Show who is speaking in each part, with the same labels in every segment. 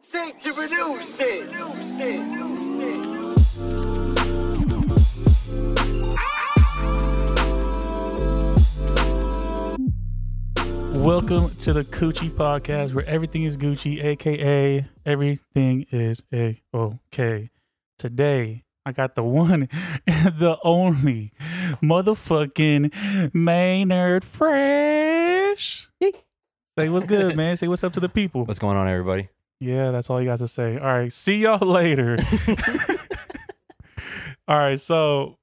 Speaker 1: Sente Music.
Speaker 2: Welcome to the Coochie Podcast, where everything is Gucci, aka everything is a okay. Today, I got the one, and the only, motherfucking Maynard Fresh. Say what's good, man. Say what's up to the people.
Speaker 3: What's going on, everybody?
Speaker 2: Yeah, that's all you got to say. All right, see y'all later. all right, so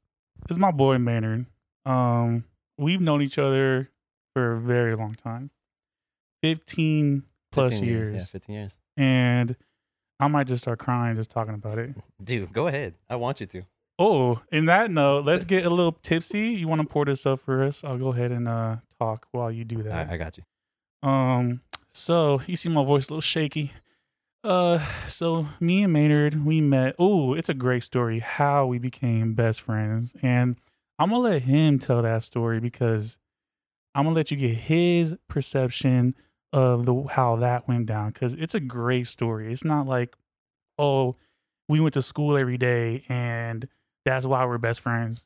Speaker 2: it's my boy Maynard. Um, we've known each other for a very long time, fifteen plus
Speaker 3: 15
Speaker 2: years,
Speaker 3: Yeah, 15 years.
Speaker 2: and I might just start crying just talking about it.
Speaker 3: Dude, go ahead. I want you to.
Speaker 2: Oh, in that note, let's get a little tipsy. You want to pour this up for us? I'll go ahead and uh talk while you do that.
Speaker 3: I, I got you.
Speaker 2: Um, so you see my voice a little shaky. Uh, so me and Maynard, we met. Oh, it's a great story how we became best friends, and I'm gonna let him tell that story because I'm gonna let you get his perception of the how that went down because it's a great story. It's not like, oh, we went to school every day and that's why we're best friends.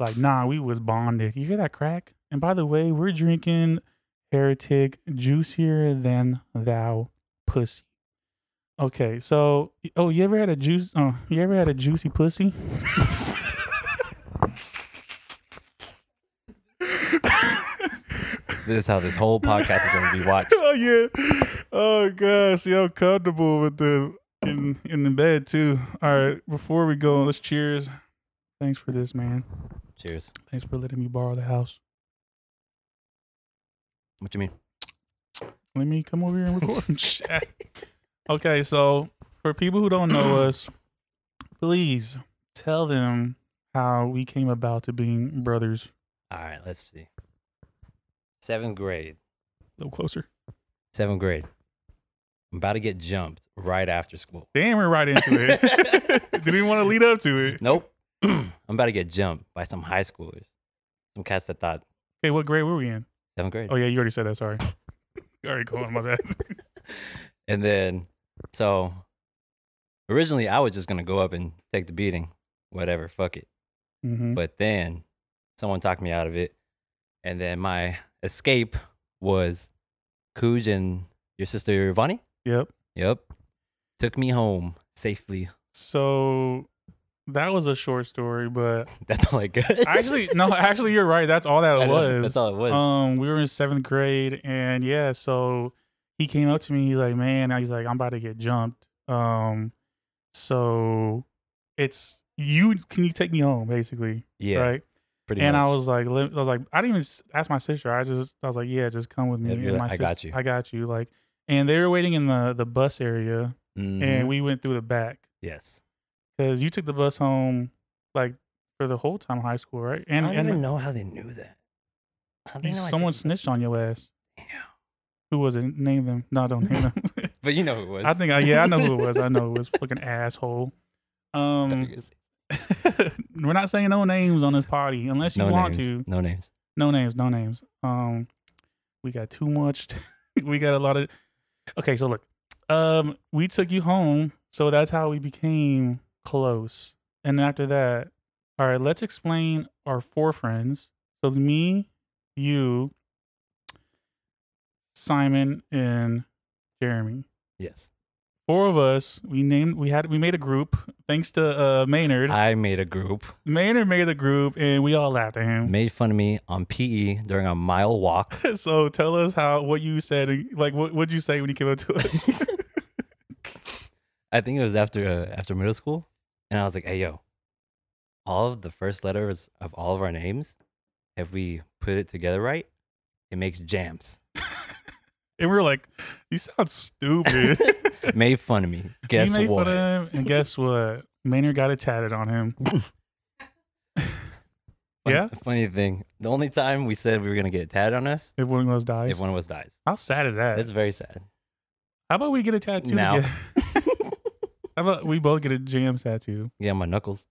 Speaker 2: Like, nah, we was bonded. You hear that crack? And by the way, we're drinking heretic, juicier than thou pussy. Okay, so oh, you ever had a juice? Oh, you ever had a juicy pussy?
Speaker 3: This is how this whole podcast is going to be watched.
Speaker 2: oh yeah. Oh gosh, see how comfortable with the in in the bed too. All right, before we go, let's cheers. Thanks for this, man.
Speaker 3: Cheers.
Speaker 2: Thanks for letting me borrow the house.
Speaker 3: What you mean?
Speaker 2: Let me come over here and record. Oh, Shit. okay, so for people who don't know us, please tell them how we came about to being brothers.
Speaker 3: All right, let's see. Seventh grade.
Speaker 2: A little closer.
Speaker 3: Seventh grade. I'm about to get jumped right after school.
Speaker 2: Damn, we're right into it. Didn't even want to lead up to it.
Speaker 3: Nope. I'm about to get jumped by some high schoolers. Some cats that thought
Speaker 2: Hey, what grade were we in?
Speaker 3: seventh grade.
Speaker 2: Oh yeah, you already said that. Sorry. All right, cool. My bad.
Speaker 3: And then, so originally I was just going to go up and take the beating. Whatever. Fuck it.
Speaker 2: Mm-hmm.
Speaker 3: But then someone talked me out of it. And then my escape was Cooge and your sister Vani.
Speaker 2: Yep.
Speaker 3: Yep. Took me home safely.
Speaker 2: So that was a short story, but
Speaker 3: That's all I got.
Speaker 2: actually, no, actually, you're right. That's all that
Speaker 3: I
Speaker 2: it
Speaker 3: know,
Speaker 2: was.
Speaker 3: That's all it was.
Speaker 2: Um, we were in seventh grade, and yeah, so he came up to me. He's like, "Man," he's like, "I'm about to get jumped." Um, so it's you. Can you take me home, basically?
Speaker 3: yeah.
Speaker 2: Right.
Speaker 3: Pretty
Speaker 2: and
Speaker 3: much.
Speaker 2: I was like, let- I was like, I didn't even s- ask my sister. I just, I was like, yeah, just come with me.
Speaker 3: Yep, you're
Speaker 2: And
Speaker 3: like,
Speaker 2: my
Speaker 3: I got you.
Speaker 2: I got you. Like, and they were waiting in the the bus area,
Speaker 3: Mhm.
Speaker 2: and we went through the back
Speaker 3: yes.
Speaker 2: because you took the bus home, like for the whole time of high school, right? And
Speaker 3: I don't
Speaker 2: and
Speaker 3: even know how they knew that. How they know I
Speaker 2: someone
Speaker 3: took-
Speaker 2: snitched on your ass.
Speaker 3: Yeah.
Speaker 2: Who was it? Name them. No, don't name them.
Speaker 3: But you know who it was.
Speaker 2: I think I yeah, I know who it was. I know it was fucking asshole. Um, we're not saying no names on this party unless you
Speaker 3: no
Speaker 2: want
Speaker 3: names.
Speaker 2: to.
Speaker 3: No names.
Speaker 2: No names, no names. Um, we got too much. we got a lot of. Okay, so look, um, we took you home, so that's how we became close. And after that, all right, let's explain our four friends. So it's me, you, Simon, and Jeremy.
Speaker 3: Yes.
Speaker 2: Four of us. We named. We had. We made a group. Thanks to uh, Maynard.
Speaker 3: I made a group,
Speaker 2: Maynard made the group, and we all laughed at him.
Speaker 3: made fun of me on PE during a mile walk.
Speaker 2: So tell us how what you said, like what what'd you say when you came up to us?
Speaker 3: I think it was after uh, after middle school, and I was like, "Hey, yo, all of the first letters of all of our names, if we put it together right, it makes jams."
Speaker 2: and we were like, "You sound stupid."
Speaker 3: made fun of me. Guess
Speaker 2: we made
Speaker 3: what?
Speaker 2: fun of him, and guess what? Maynard got it tatted on him.
Speaker 3: Fun-
Speaker 2: yeah?
Speaker 3: Funny thing, the only time we said we were gonna get tatted on us,
Speaker 2: If one of those
Speaker 3: if
Speaker 2: dies,
Speaker 3: one of us dies.
Speaker 2: how sad is that?
Speaker 3: That's very sad.
Speaker 2: How about we get a tattoo?
Speaker 3: Now.
Speaker 2: together? How about we both get a jam tattoo?
Speaker 3: yeah, my knuckles.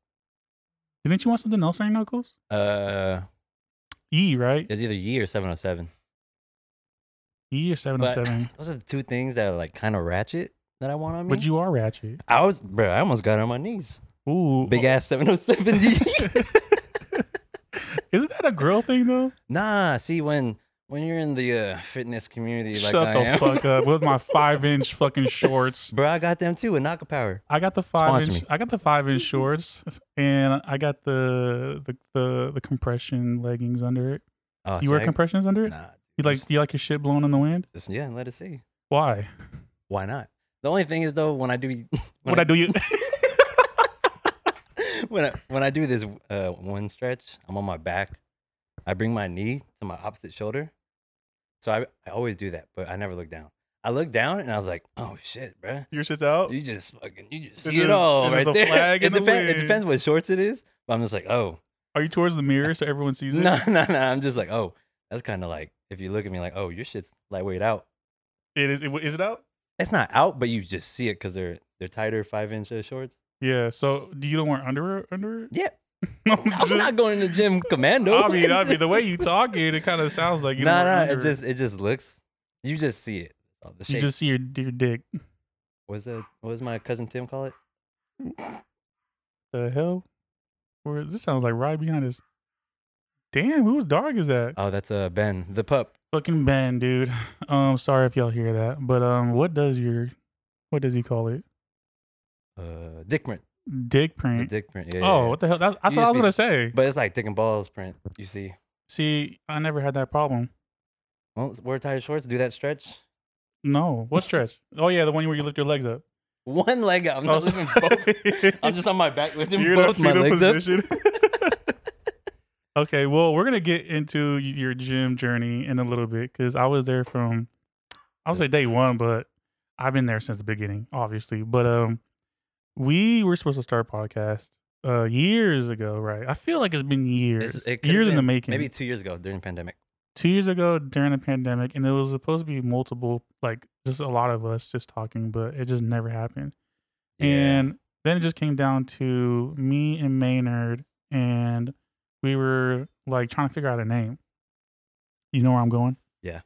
Speaker 2: Didn't you want something else on your knuckles?
Speaker 3: Uh,
Speaker 2: E right?
Speaker 3: it's either ye or seven oh seven.
Speaker 2: E or seven
Speaker 3: But
Speaker 2: hundred E seven.
Speaker 3: those are the two things that are like kind of ratchet. that I want on me.
Speaker 2: But you are ratchet.
Speaker 3: I was, bro. I almost got on my knees.
Speaker 2: Ooh,
Speaker 3: Big ass 7070.
Speaker 2: isn't that a girl thing though?
Speaker 3: nah, see when when you're in the uh, fitness community like
Speaker 2: Shut
Speaker 3: I
Speaker 2: the
Speaker 3: am,
Speaker 2: fuck up with my five inch fucking shorts.
Speaker 3: bro. I got them too with Naka Power.
Speaker 2: I got the five
Speaker 3: Sponsor
Speaker 2: inch.
Speaker 3: me.
Speaker 2: I got the five inch shorts, and I got the the the, the compression leggings under it.
Speaker 3: Oh,
Speaker 2: you wear
Speaker 3: swag?
Speaker 2: compressions under it?
Speaker 3: Nah,
Speaker 2: You like you like your shit blown in the wind?
Speaker 3: just yeah, let it see.
Speaker 2: Why?
Speaker 3: Why not? The only thing is though, when I do when
Speaker 2: What I do you?
Speaker 3: when I when I do this uh, one stretch, I'm on my back. I bring my knee to my opposite shoulder, so I I always do that, but I never look down. I looked down and I was like, "Oh shit, bruh.
Speaker 2: your shit's out.
Speaker 3: You just fucking you just see
Speaker 2: It's
Speaker 3: it
Speaker 2: just-
Speaker 3: all
Speaker 2: it's
Speaker 3: right
Speaker 2: just a
Speaker 3: there."
Speaker 2: flag
Speaker 3: it,
Speaker 2: in the
Speaker 3: depends. it
Speaker 2: wind.
Speaker 3: depends what shorts it is, but I'm just like, "Oh,
Speaker 2: Are you towards the mirror so everyone sees it?
Speaker 3: no, no, no." I'm just like, "Oh, that's kind of like if you look at me like, oh, your shit's lightweight out.
Speaker 2: It is. It, is it out?
Speaker 3: It's not out, but you just see it because they're they're tighter five inch uh, shorts.
Speaker 2: Yeah. So do you don't wear underwear under it?
Speaker 3: Yeah,
Speaker 2: No,
Speaker 3: I'm not going to the gym commando.
Speaker 2: I mean, I mean, the way you talk it, it kind of sounds like you.
Speaker 3: No, no,
Speaker 2: don't wear
Speaker 3: it
Speaker 2: underwear.
Speaker 3: just it just looks. You just see it. Oh, the
Speaker 2: you
Speaker 3: shape.
Speaker 2: just see your your dick.
Speaker 3: What's that? What does my cousin Tim call it?
Speaker 2: The hell? Where this sounds like right behind us. Damn, whose dog is that?
Speaker 3: Oh, that's uh Ben the pup.
Speaker 2: Fucking Ben, dude. Um, sorry if y'all hear that, but um, what does your, what does he call it?
Speaker 3: Uh, dick print.
Speaker 2: Dick
Speaker 3: The
Speaker 2: print.
Speaker 3: dick print. Yeah. yeah,
Speaker 2: Oh,
Speaker 3: yeah.
Speaker 2: what the hell? That's, that's
Speaker 3: You
Speaker 2: what
Speaker 3: just
Speaker 2: I was
Speaker 3: be-
Speaker 2: gonna say.
Speaker 3: But it's like dick and balls print. You see.
Speaker 2: See, I never had that problem.
Speaker 3: Well, wear tighter shorts. Do that stretch.
Speaker 2: No, what stretch? oh yeah, the one where you lift your legs up.
Speaker 3: One leg up. I'm
Speaker 2: Oh,
Speaker 3: not
Speaker 2: so-
Speaker 3: lifting both. I'm just on my back lifting
Speaker 2: You're in a
Speaker 3: both my
Speaker 2: fetal
Speaker 3: legs
Speaker 2: position. okay, well, we're gonna get into y- your gym journey in a little bit because I was there from, I'll say day one, but I've been there since the beginning, obviously. But um, we were supposed to start a podcast uh years ago, right? I feel like it's been
Speaker 3: up.
Speaker 2: years,
Speaker 3: It's- it could've
Speaker 2: years in the
Speaker 3: been
Speaker 2: making.
Speaker 3: Maybe two years ago during the pandemic.
Speaker 2: two years ago during the pandemic, and it was supposed to be multiple, like just a lot of us just talking, but it just never happened. And then it just came down to me and Maynard, and we were like trying to figure out a name. You know where I'm going?
Speaker 3: Yeah.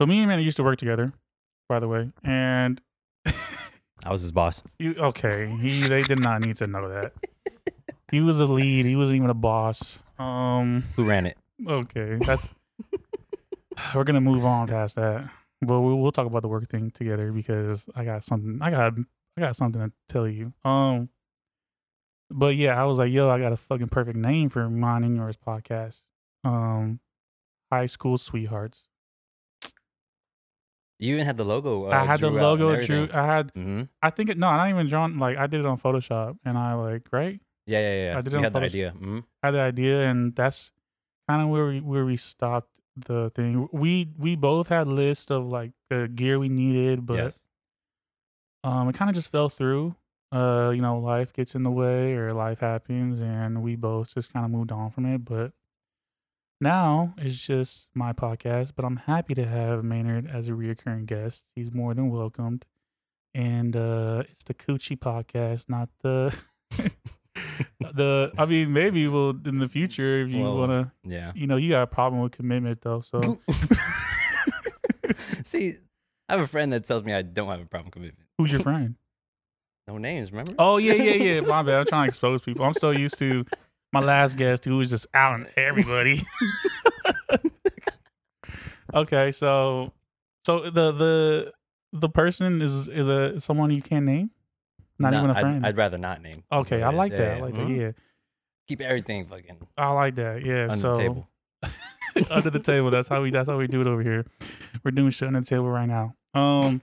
Speaker 2: So me and Maynard used to work together, by the way, and
Speaker 3: I was his boss.
Speaker 2: you okay? He they did not need to know that. He was a lead. He wasn't even a boss. Um.
Speaker 3: Who ran it?
Speaker 2: Okay, that's we're gonna move on past that, but we, we'll talk about the work thing together because I got something. I got I got something to tell you. Um, but yeah, I was like, yo, I got a fucking perfect name for mine and yours podcast. Um, high school sweethearts.
Speaker 3: You even had the logo. Uh,
Speaker 2: I had the logo. Drew. I had.
Speaker 3: Mm-hmm.
Speaker 2: I think it, no, I not even drawn. Like I did it on Photoshop, and I like right.
Speaker 3: Yeah, yeah, yeah.
Speaker 2: I did it
Speaker 3: you
Speaker 2: on
Speaker 3: had the
Speaker 2: Photoshop.
Speaker 3: idea. hmm
Speaker 2: I had the idea, and that's kind of where we where we stopped the thing. We we both had lists of like the gear we needed, but
Speaker 3: Yes.
Speaker 2: um, it kind of just fell through. Uh, you know, life gets in the way, or life happens, and we both just kind of moved on from it. But now it's just my podcast. But I'm happy to have Maynard as a reoccurring guest. He's more than welcomed, and uh, it's the Coochie Podcast, not the. the I mean maybe we'll in the future if you
Speaker 3: Well,
Speaker 2: wanna
Speaker 3: Yeah.
Speaker 2: you know, you got a problem with commitment though. So
Speaker 3: See, I have a friend that tells me I don't have a problem commitment.
Speaker 2: who's your friend?
Speaker 3: No names, remember?
Speaker 2: Oh yeah, yeah, yeah. My bad. I'm trying to expose people. I'm so used to my last guest who was just out on everybody. okay, so so the the the person is is a someone you can't name, not
Speaker 3: No,
Speaker 2: even a
Speaker 3: I'd-
Speaker 2: friend.
Speaker 3: I'd, rather not name. is
Speaker 2: okay, I
Speaker 3: what it is.
Speaker 2: like
Speaker 3: Yeah,
Speaker 2: that. I
Speaker 3: yeah.
Speaker 2: like
Speaker 3: Mhm.
Speaker 2: that. Yeah,
Speaker 3: Keep everything fucking
Speaker 2: I like that. Yeah.
Speaker 3: under
Speaker 2: so
Speaker 3: the table.
Speaker 2: under the table. That's how we. That's how we do it over here. We're doing shit under the table right now. Um,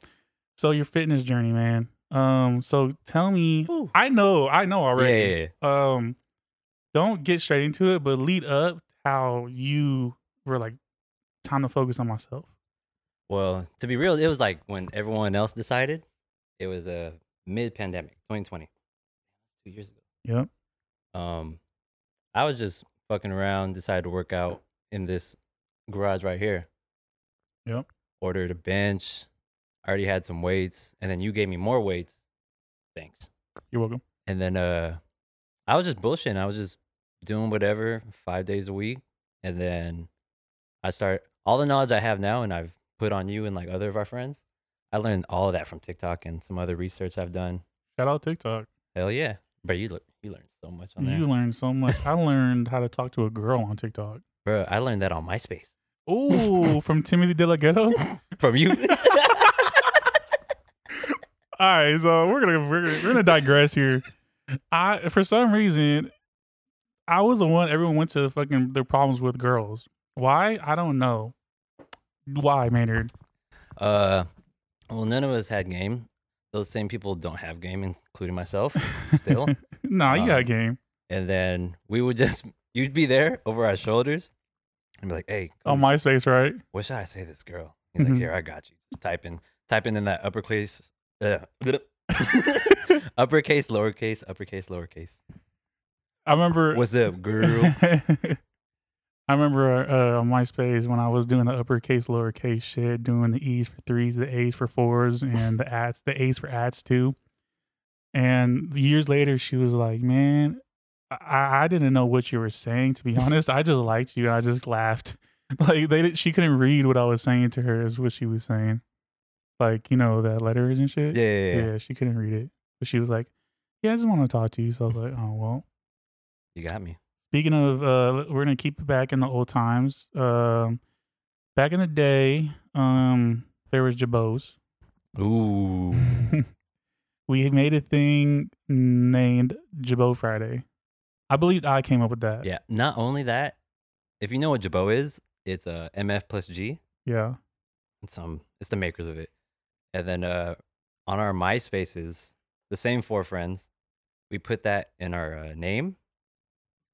Speaker 2: so your fitness journey, man. Um, so tell me.
Speaker 3: Ooh.
Speaker 2: I know. I know
Speaker 3: Yeah,
Speaker 2: already.
Speaker 3: yeah, yeah.
Speaker 2: um don't get straight into it but lead up how you were like time to focus on myself
Speaker 3: Well, to be real, it was like when everyone else decided. It was a uh, mid-pandemic, 2020, two years ago.
Speaker 2: yep
Speaker 3: Um, I was just fucking around, decided to work out in this garage right here.
Speaker 2: Yep.
Speaker 3: Ordered a bench. I already had some weights, and then you gave me more weights. Thanks.
Speaker 2: you're welcome
Speaker 3: And then uh I was just bullshitting. I was just doing whatever five days a week. And then I start all the knowledge I have now and I've put on you and like other of our friends. I learned all of that from TikTok and some other research I've done.
Speaker 2: Shout out TikTok.
Speaker 3: Hell yeah, bro! You lear- you learned so much on there,
Speaker 2: You learned so much. I learned how to talk to a girl on TikTok.
Speaker 3: bro. I learned that on MySpace
Speaker 2: Ooh, from Timothy De La Ghetto.
Speaker 3: from you.
Speaker 2: All right, so we're gonna we're gonna, we're gonna digress here. I for some reason I was the one everyone went to fucking their problems with girls. Why? I don't know. Why, Maynard?
Speaker 3: uh, well, none of us had game. Those same people don't have game, including myself. Still,
Speaker 2: nah, you got a
Speaker 3: Um,
Speaker 2: game.
Speaker 3: and then we would just you'd be there over our shoulders and be like, "Hey,
Speaker 2: On
Speaker 3: Cody,
Speaker 2: MySpace, right?
Speaker 3: what should I say to this girl?" He's
Speaker 2: Mhm.
Speaker 3: like, "Here, I got you." Just type in, type in in that uppercase, uh, uppercase, lowercase, uppercase, lowercase.
Speaker 2: I remember.
Speaker 3: What's up, girl?
Speaker 2: I remember uh, on MySpace when I was doing the uppercase, lowercase shit, doing the E's for threes, the A's for fours, and the ads, the A's for ads too. And years later, she was like, "Man, I, I didn't know what you were saying. To be honest, I just liked you. and I just laughed. Like they, did, she couldn't read what I was saying to her. Is what she was saying. Like you know that letters and shit.
Speaker 3: yeah, yeah, yeah.
Speaker 2: she couldn't read it, but she was like, "Yeah, I just want to talk to you." So I was like, "Oh well."
Speaker 3: You got me.
Speaker 2: Speaking of, uh, we're gonna keep it back in the old times. Um, back in the day, um, there was Jabos.
Speaker 3: Ooh.
Speaker 2: we had made a thing named Jabot Friday. I believe I came up with that.
Speaker 3: Yeah. Not only that, if you know what Jabo is, it's a MF plus G.
Speaker 2: Yeah.
Speaker 3: It's um, it's the makers of it. And then uh, on our MySpaces, the same four friends, we put that in our uh, name,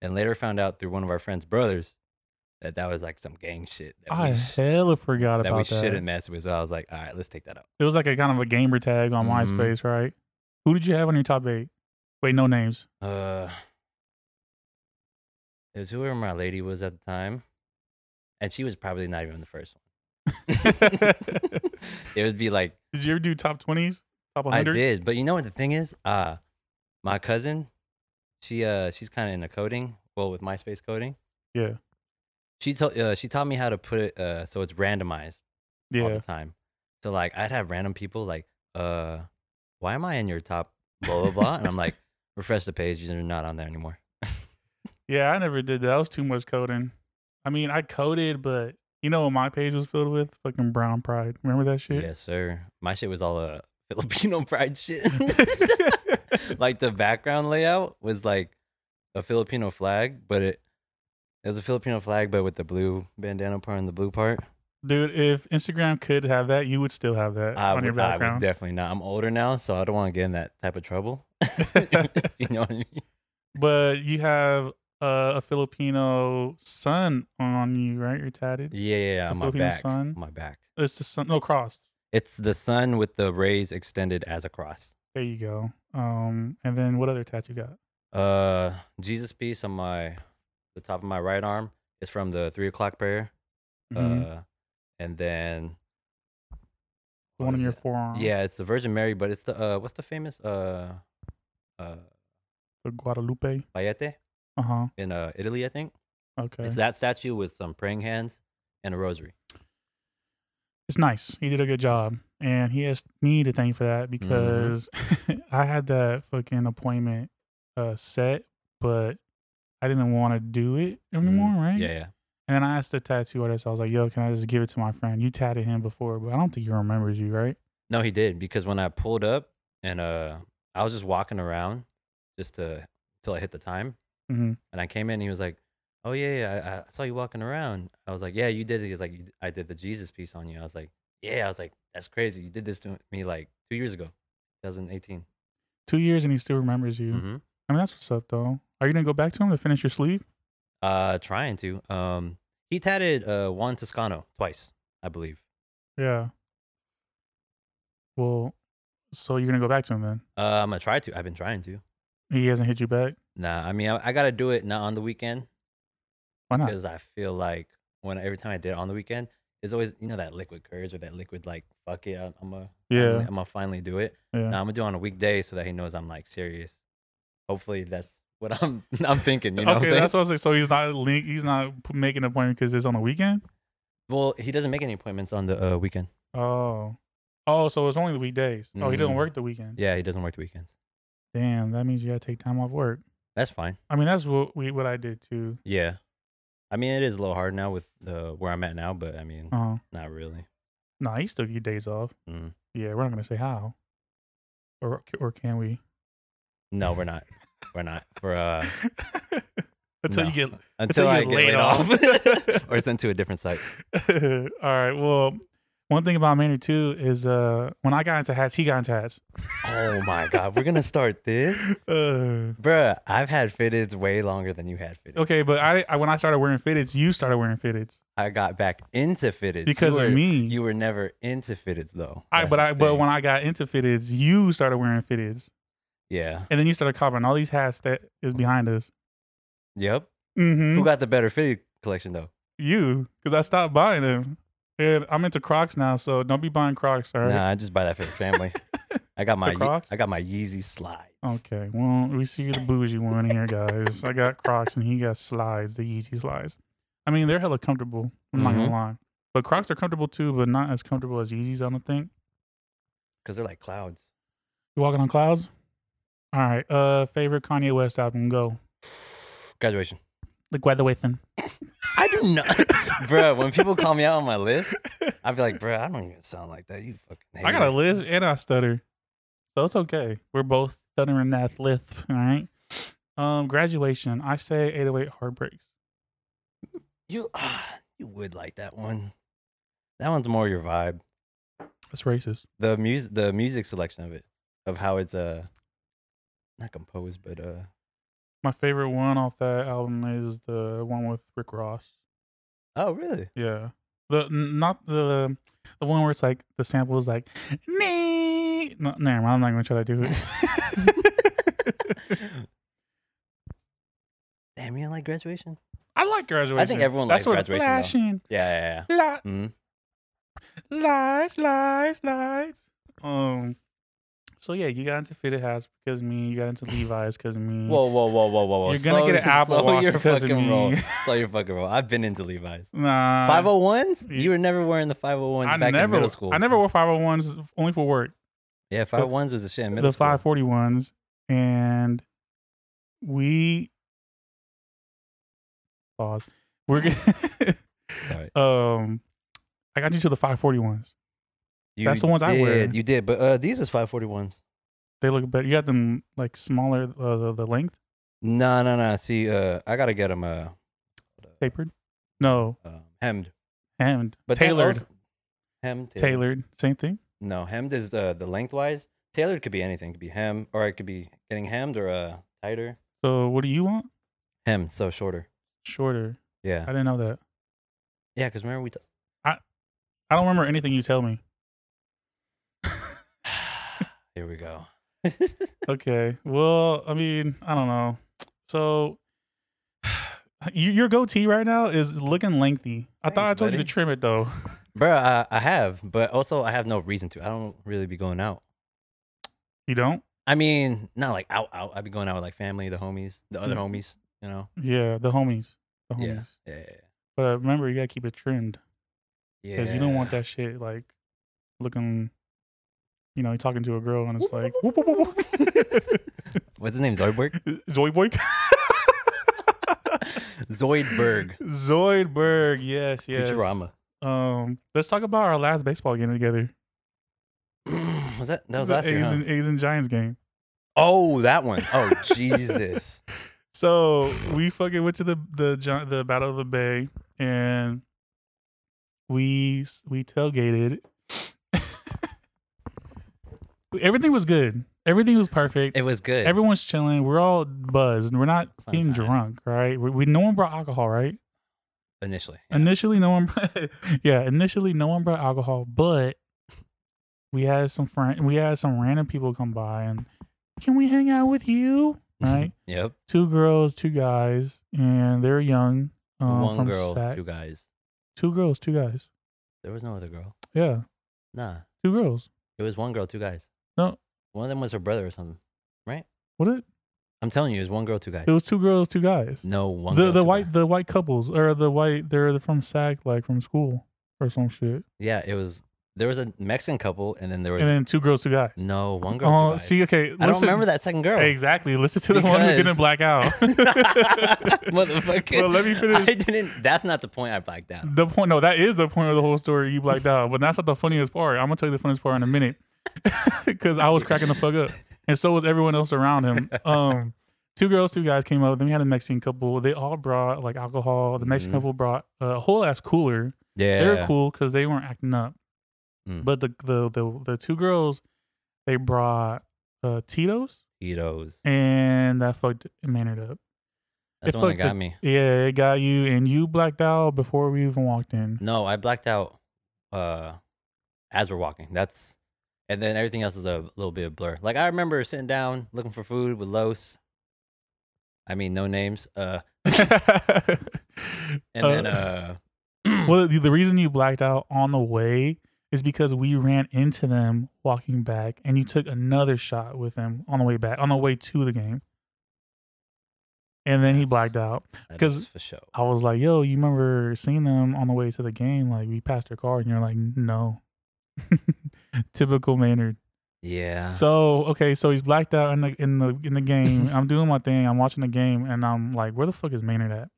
Speaker 3: and later found out through one of our friends' brothers that that was like some gang shit that
Speaker 2: I
Speaker 3: we, sh-
Speaker 2: hella forgot
Speaker 3: that we
Speaker 2: about that.
Speaker 3: shouldn't mess with. So I was like, all right, let's take that out.
Speaker 2: It was like a kind of a gamer tag on
Speaker 3: Mhm.
Speaker 2: MySpace, right? Who did you have on your top eight? Wait, no names.
Speaker 3: Uh, it was whoever my lady was at the time, and she was probably not even the first one. it would be like
Speaker 2: Did you ever do top twenties? Top
Speaker 3: I
Speaker 2: hundreds?
Speaker 3: did, but you know what the thing is? Uh my cousin, she uh she's kind of into coding. Well, with MySpace coding,
Speaker 2: Yeah.
Speaker 3: she told uh, she taught me how to put it uh so it's randomized all
Speaker 2: Yeah.
Speaker 3: the time. So like I'd have random people like, uh, why am I in your top blah blah blah? and I'm like, refresh the page, you're not on there anymore.
Speaker 2: Yeah, I never did that. That was too much coding. I mean, I coded, but you know what my page was filled with? Fucking brown pride. Remember that shit?
Speaker 3: Yes, sir. My shit was all uh, Filipino pride shit. like the background layout was like a Filipino flag, but it it was a Filipino flag, but with the blue bandana part and the blue part.
Speaker 2: Dude, if Instagram could have that, you would still have that
Speaker 3: I
Speaker 2: Uh, on your
Speaker 3: would, I would
Speaker 2: background.
Speaker 3: definitely not. I'm older now, so I don't want to get in that type of trouble. you know what I mean?
Speaker 2: but you have uh, a Filipino sun on you, right? You're tatted.
Speaker 3: Yeah, yeah, yeah.
Speaker 2: The
Speaker 3: On my
Speaker 2: Filipino
Speaker 3: back.
Speaker 2: sun?
Speaker 3: On my back.
Speaker 2: It's the sun. No, cross.
Speaker 3: It's the sun with the rays extended as a cross.
Speaker 2: There you go. Um, and then what other tattoo you got?
Speaker 3: Uh, Jesus piece on my the top of my right arm is from the three o'clock prayer.
Speaker 2: Mhm.
Speaker 3: Uh, and then
Speaker 2: the
Speaker 3: what
Speaker 2: one on
Speaker 3: is
Speaker 2: your
Speaker 3: it?
Speaker 2: forearm.
Speaker 3: Yeah, it's the Virgin Mary, but it's the uh, what's the famous uh, uh,
Speaker 2: The Guadalupe.
Speaker 3: Payete
Speaker 2: Uh huh.
Speaker 3: in uh, Italy, I think.
Speaker 2: Okay.
Speaker 3: It's that statue with some praying hands and a rosary.
Speaker 2: it's nice. He did a good job. And he asked me to thank for that because I had that fucking appointment uh, set, but I didn't want to do it anymore,
Speaker 3: Mm,
Speaker 2: right?
Speaker 3: Yeah, yeah.
Speaker 2: And then I asked the tattoo artist, I was like, yo, can I just give it to my friend? You tatted him before, but I don't think he remembers you, right?
Speaker 3: No, he did because when I pulled up and uh, I was just walking around just to till I hit the time,
Speaker 2: Mm-hmm.
Speaker 3: and I came in. and He was like, "Oh yeah, yeah, I, I saw you walking around." I was like, "Yeah, you did." it." He was like, "You- "I did the Jesus piece on you." I was like, "Yeah." I was like, "That's crazy. You did this to me like two years ago, 2018."
Speaker 2: Two years and he still remembers you.
Speaker 3: Mm-hmm.
Speaker 2: I mean, that's what's up, though. Are you going to go back to him to finish your sleeve?
Speaker 3: Uh, trying to. Um, he tatted uh Juan Toscano twice, I believe.
Speaker 2: Yeah. Well, so you're going to go back to him then?
Speaker 3: Uh, I'm gonna try to. I've been trying to.
Speaker 2: He hasn't hit you back?
Speaker 3: Nah, I mean, I, I gotta do it not on the weekend
Speaker 2: Why not?
Speaker 3: because I feel like when every time I did it on the weekend, it's always you know that liquid courage or that liquid like fuck it, I'm, I'm gonna
Speaker 2: Yeah.
Speaker 3: I'm, gonna finally do it.
Speaker 2: Yeah.
Speaker 3: Nah, I'm gonna do it on a weekday so that he knows I'm like serious. Hopefully that's what I'm I'm thinking. You know
Speaker 2: okay,
Speaker 3: what I'm
Speaker 2: that's
Speaker 3: saying?
Speaker 2: what I was like. So he's not link. He's not p- making an appointment because it's on the weekend. Mm-hmm.
Speaker 3: Well, he doesn't make any appointments on the uh, weekend.
Speaker 2: Oh, Oh, so it's only the weekdays. Oh, he doesn't
Speaker 3: Mhm.
Speaker 2: work the weekend.
Speaker 3: Yeah, he doesn't work the weekends.
Speaker 2: Damn, that means you gotta take time off work.
Speaker 3: That's fine.
Speaker 2: I mean, that's what we what I did too.
Speaker 3: Yeah. I mean, it is a little hard now with the where I'm at now, but I mean,
Speaker 2: Uh,
Speaker 3: not really.
Speaker 2: nah, you still get days off.
Speaker 3: Mm.
Speaker 2: Yeah, we're not gonna say how, or or can we?
Speaker 3: No, we're not. We're not. We're uh
Speaker 2: Until
Speaker 3: no.
Speaker 2: you get
Speaker 3: until, I
Speaker 2: you
Speaker 3: get
Speaker 2: laid
Speaker 3: laid,
Speaker 2: off.
Speaker 3: off, or sent to a different site.
Speaker 2: All right. Well, one thing about Maynard too is uh when I got into hats, he got into hats.
Speaker 3: Oh my god, we're gonna start this,
Speaker 2: Uh,
Speaker 3: bruh. I've had fitteds way longer than you had fitteds.
Speaker 2: okay, but I, I when I started wearing fitteds, you started wearing fitteds
Speaker 3: I got back into fitteds
Speaker 2: because
Speaker 3: you
Speaker 2: of
Speaker 3: were-
Speaker 2: me.
Speaker 3: You were never into fitteds though.
Speaker 2: I
Speaker 3: That's
Speaker 2: but
Speaker 3: the
Speaker 2: I but
Speaker 3: thing.
Speaker 2: when I got into fitteds, you started wearing fitteds,
Speaker 3: yeah,
Speaker 2: and then you started copping all these hats that is behind us.
Speaker 3: yep.
Speaker 2: Mm-hmm.
Speaker 3: Who got the better fitted collection though?
Speaker 2: you because I stopped buying them. And I'm into Crocs now, so don't be buying Crocs, all right?
Speaker 3: Nah, I just buy that for the family. I got my Ye-
Speaker 2: Crocs?
Speaker 3: I got my Yeezy slides.
Speaker 2: Okay, well, we see the bougie one here, guys. I got Crocs and he got slides, the Yeezy slides. I mean, they're hella comfortable. I'm not
Speaker 3: Mm-hmm.
Speaker 2: gonna lie, but Crocs are comfortable too, but not as comfortable as Yeezys. I don't think.
Speaker 3: Cause they're like clouds.
Speaker 2: You walking on clouds? All right. Uh, favorite Kanye West album? Go.
Speaker 3: Graduation.
Speaker 2: The Graduation.
Speaker 3: I do not, bruh. When people call me out on my list, I'd be like, bruh, I don't even sound like that. You fucking. Hater.
Speaker 2: I got a list and I stutter, so it's okay. We're both stuttering that lisp, all right? Um, graduation. I say 808 heartbreaks.
Speaker 3: You ah, you would like that one. That one's more your vibe.
Speaker 2: That's racist.
Speaker 3: The music the music selection of it, of how it's uh not composed, but uh
Speaker 2: My favorite one off that album is the one with Rick Ross.
Speaker 3: oh really?
Speaker 2: Yeah. The n- not the the one where it's like the sample is like nee. No, never mind, I'm not gonna try to do it.
Speaker 3: Damn, you don't like graduation?
Speaker 2: I like graduation.
Speaker 3: everyone
Speaker 2: That's
Speaker 3: likes
Speaker 2: what
Speaker 3: Graduation,
Speaker 2: flashing
Speaker 3: Yeah, yeah, yeah.
Speaker 2: li-
Speaker 3: Mhm.
Speaker 2: lights, lights, lights. Um. So yeah, you got into fitted hats because of me. You got into Levi's because of me.
Speaker 3: Whoa, whoa, whoa, whoa, whoa, whoa!
Speaker 2: You're gonna
Speaker 3: Slow-
Speaker 2: get an Apple
Speaker 3: slow
Speaker 2: Watch
Speaker 3: your
Speaker 2: because of
Speaker 3: fucking
Speaker 2: me.
Speaker 3: roll. Slow your fucking roll. I've been into Levi's.
Speaker 2: nah.
Speaker 3: Five hundred ones?
Speaker 2: you-
Speaker 3: You were never wearing the five hundred ones
Speaker 2: I
Speaker 3: back
Speaker 2: never,
Speaker 3: in middle school.
Speaker 2: I never wore five hundred ones only for work.
Speaker 3: Yeah, five hundred ones was a shit in middle
Speaker 2: the
Speaker 3: school.
Speaker 2: five forty ones, and we pause. We're gonna
Speaker 3: Sorry.
Speaker 2: um. I got you to the five forty ones.
Speaker 3: You
Speaker 2: That's the ones I wear.
Speaker 3: did, You did, but uh, these is five forty ones.
Speaker 2: They look better. You got them like smaller, uh, the, the length
Speaker 3: No, no, no. See, uh, I gotta get them uh,
Speaker 2: tapered. No,
Speaker 3: uh hemmed,
Speaker 2: hemmed,
Speaker 3: but that
Speaker 2: tailored,
Speaker 3: also- hemmed, tailored.
Speaker 2: tailored, same thing.
Speaker 3: No, hemmed is uh, the lengthwise. Tailored could be anything. It could be hem, or it could be getting hemmed or uh, tighter.
Speaker 2: So what do you want?
Speaker 3: Hem, so shorter.
Speaker 2: Shorter. I
Speaker 3: Yeah,
Speaker 2: didn't know that.
Speaker 3: Uh, yeah. Because remember we. T-
Speaker 2: I don't remember anything you tell me.
Speaker 3: Here we go.
Speaker 2: Okay. Well, I mean, I don't know. So you, your goatee right now is looking lengthy. I thought I
Speaker 3: Thanks,
Speaker 2: told you
Speaker 3: buddy.
Speaker 2: to trim it though.
Speaker 3: Bruh, I, I have, but also I have no reason to. I don't really be going out.
Speaker 2: You don't?
Speaker 3: I mean, not like out, out. I be going out with like family, the homies, the other
Speaker 2: Mhm.
Speaker 3: homies. You know.
Speaker 2: Yeah, the homies. The homies.
Speaker 3: Yeah. Yeah. yeah,
Speaker 2: But uh, remember, you gotta keep it trimmed
Speaker 3: Yeah.
Speaker 2: because you don't want that shit like looking. You know, you're talking to a girl and it's like, whoop, whoop, whoop,
Speaker 3: What's his name? Zoidberg.
Speaker 2: whoop. Zoidberg.
Speaker 3: Zoidberg.
Speaker 2: Zoidberg. Yes, yes.
Speaker 3: Futurama.
Speaker 2: Um, let's talk about our last baseball game together.
Speaker 3: was that that was
Speaker 2: The
Speaker 3: last year?
Speaker 2: A's
Speaker 3: huh?
Speaker 2: and, A's and Giants game.
Speaker 3: Oh, that one. Oh, Jesus.
Speaker 2: So we fucking went to the the Gi- the Battle of the Bay and we s- we tailgated. Everything was good. Everything was perfect.
Speaker 3: It was good.
Speaker 2: Everyone's chilling. We're all buzzed. We're not
Speaker 3: Fun
Speaker 2: getting
Speaker 3: time.
Speaker 2: drunk, right? We, we no one brought alcohol, right?
Speaker 3: Initially.
Speaker 2: Initially, no one. yeah, initially, no one brought alcohol, but we had some friend. We had some random people come by and can we hang out with you? Right
Speaker 3: Yep.
Speaker 2: two girls, two guys, and they're young. Um,
Speaker 3: one
Speaker 2: from
Speaker 3: girl,
Speaker 2: Sac-
Speaker 3: two guys.
Speaker 2: two girls, two guys.
Speaker 3: There was no other girl.
Speaker 2: Yeah,
Speaker 3: Nah.
Speaker 2: two girls.
Speaker 3: It was one girl, two guys.
Speaker 2: No.
Speaker 3: One of them was her brother or something.
Speaker 2: What it?
Speaker 3: I'm telling you, it was one girl, two guys.
Speaker 2: It was two girls, two guys.
Speaker 3: No one. girl,
Speaker 2: the the
Speaker 3: two
Speaker 2: white
Speaker 3: guys.
Speaker 2: the white couples or the white they're from SAC like from school or some shit.
Speaker 3: Yeah, it was there was a Mexican couple, and then there was
Speaker 2: and then two girls, two guys.
Speaker 3: no one girl.
Speaker 2: Oh,
Speaker 3: survived.
Speaker 2: see, okay.
Speaker 3: I don't remember that second girl.
Speaker 2: Exactly. Listen to the one who
Speaker 3: Because-
Speaker 2: didn't black out.
Speaker 3: Motherfucker.
Speaker 2: Well, let me finish.
Speaker 3: I didn't. That's not the point. I blacked out.
Speaker 2: The point, no, that is the point of the whole story. You blacked out, but that's not the funniest part. I'm gonna tell you the funniest part in a minute because I was cracking the fuck up, and so was everyone else around him. Um, two girls, two guys came up. Then we had a Mexican couple. They all brought like alcohol. The Mexican
Speaker 3: Mhm.
Speaker 2: couple brought a whole ass cooler.
Speaker 3: Yeah.
Speaker 2: They were cool because they weren't acting up.
Speaker 3: Mm.
Speaker 2: But the, the the the two girls, they brought uh Tito's,
Speaker 3: Tito's.
Speaker 2: and that fucked Maynard up.
Speaker 3: That's
Speaker 2: it
Speaker 3: the one that
Speaker 2: fucked the-
Speaker 3: got me.
Speaker 2: Yeah, it got you, and you blacked out before we even walked in.
Speaker 3: No, I blacked out. Uh, as we're walking. That's, and then everything else is a little bit of blur. Like I remember sitting down looking for food with Los. I mean, no names. Uh, and then uh,
Speaker 2: well, the, the reason you blacked out on the way is because we ran into them walking back, and you took another shot with them on the way back, on the way to the game. And then he
Speaker 3: That's-
Speaker 2: blacked out.
Speaker 3: that
Speaker 2: 'cause-
Speaker 3: is for show.
Speaker 2: I was like, "Yo, you remember seeing them on the way to the game? Like we passed their car," and you're like, "No." Typical Maynard.
Speaker 3: Yeah.
Speaker 2: So okay, so he's blacked out in the in the in the game. I'm doing my thing. I'm watching the game, and I'm like, where the fuck is Maynard at?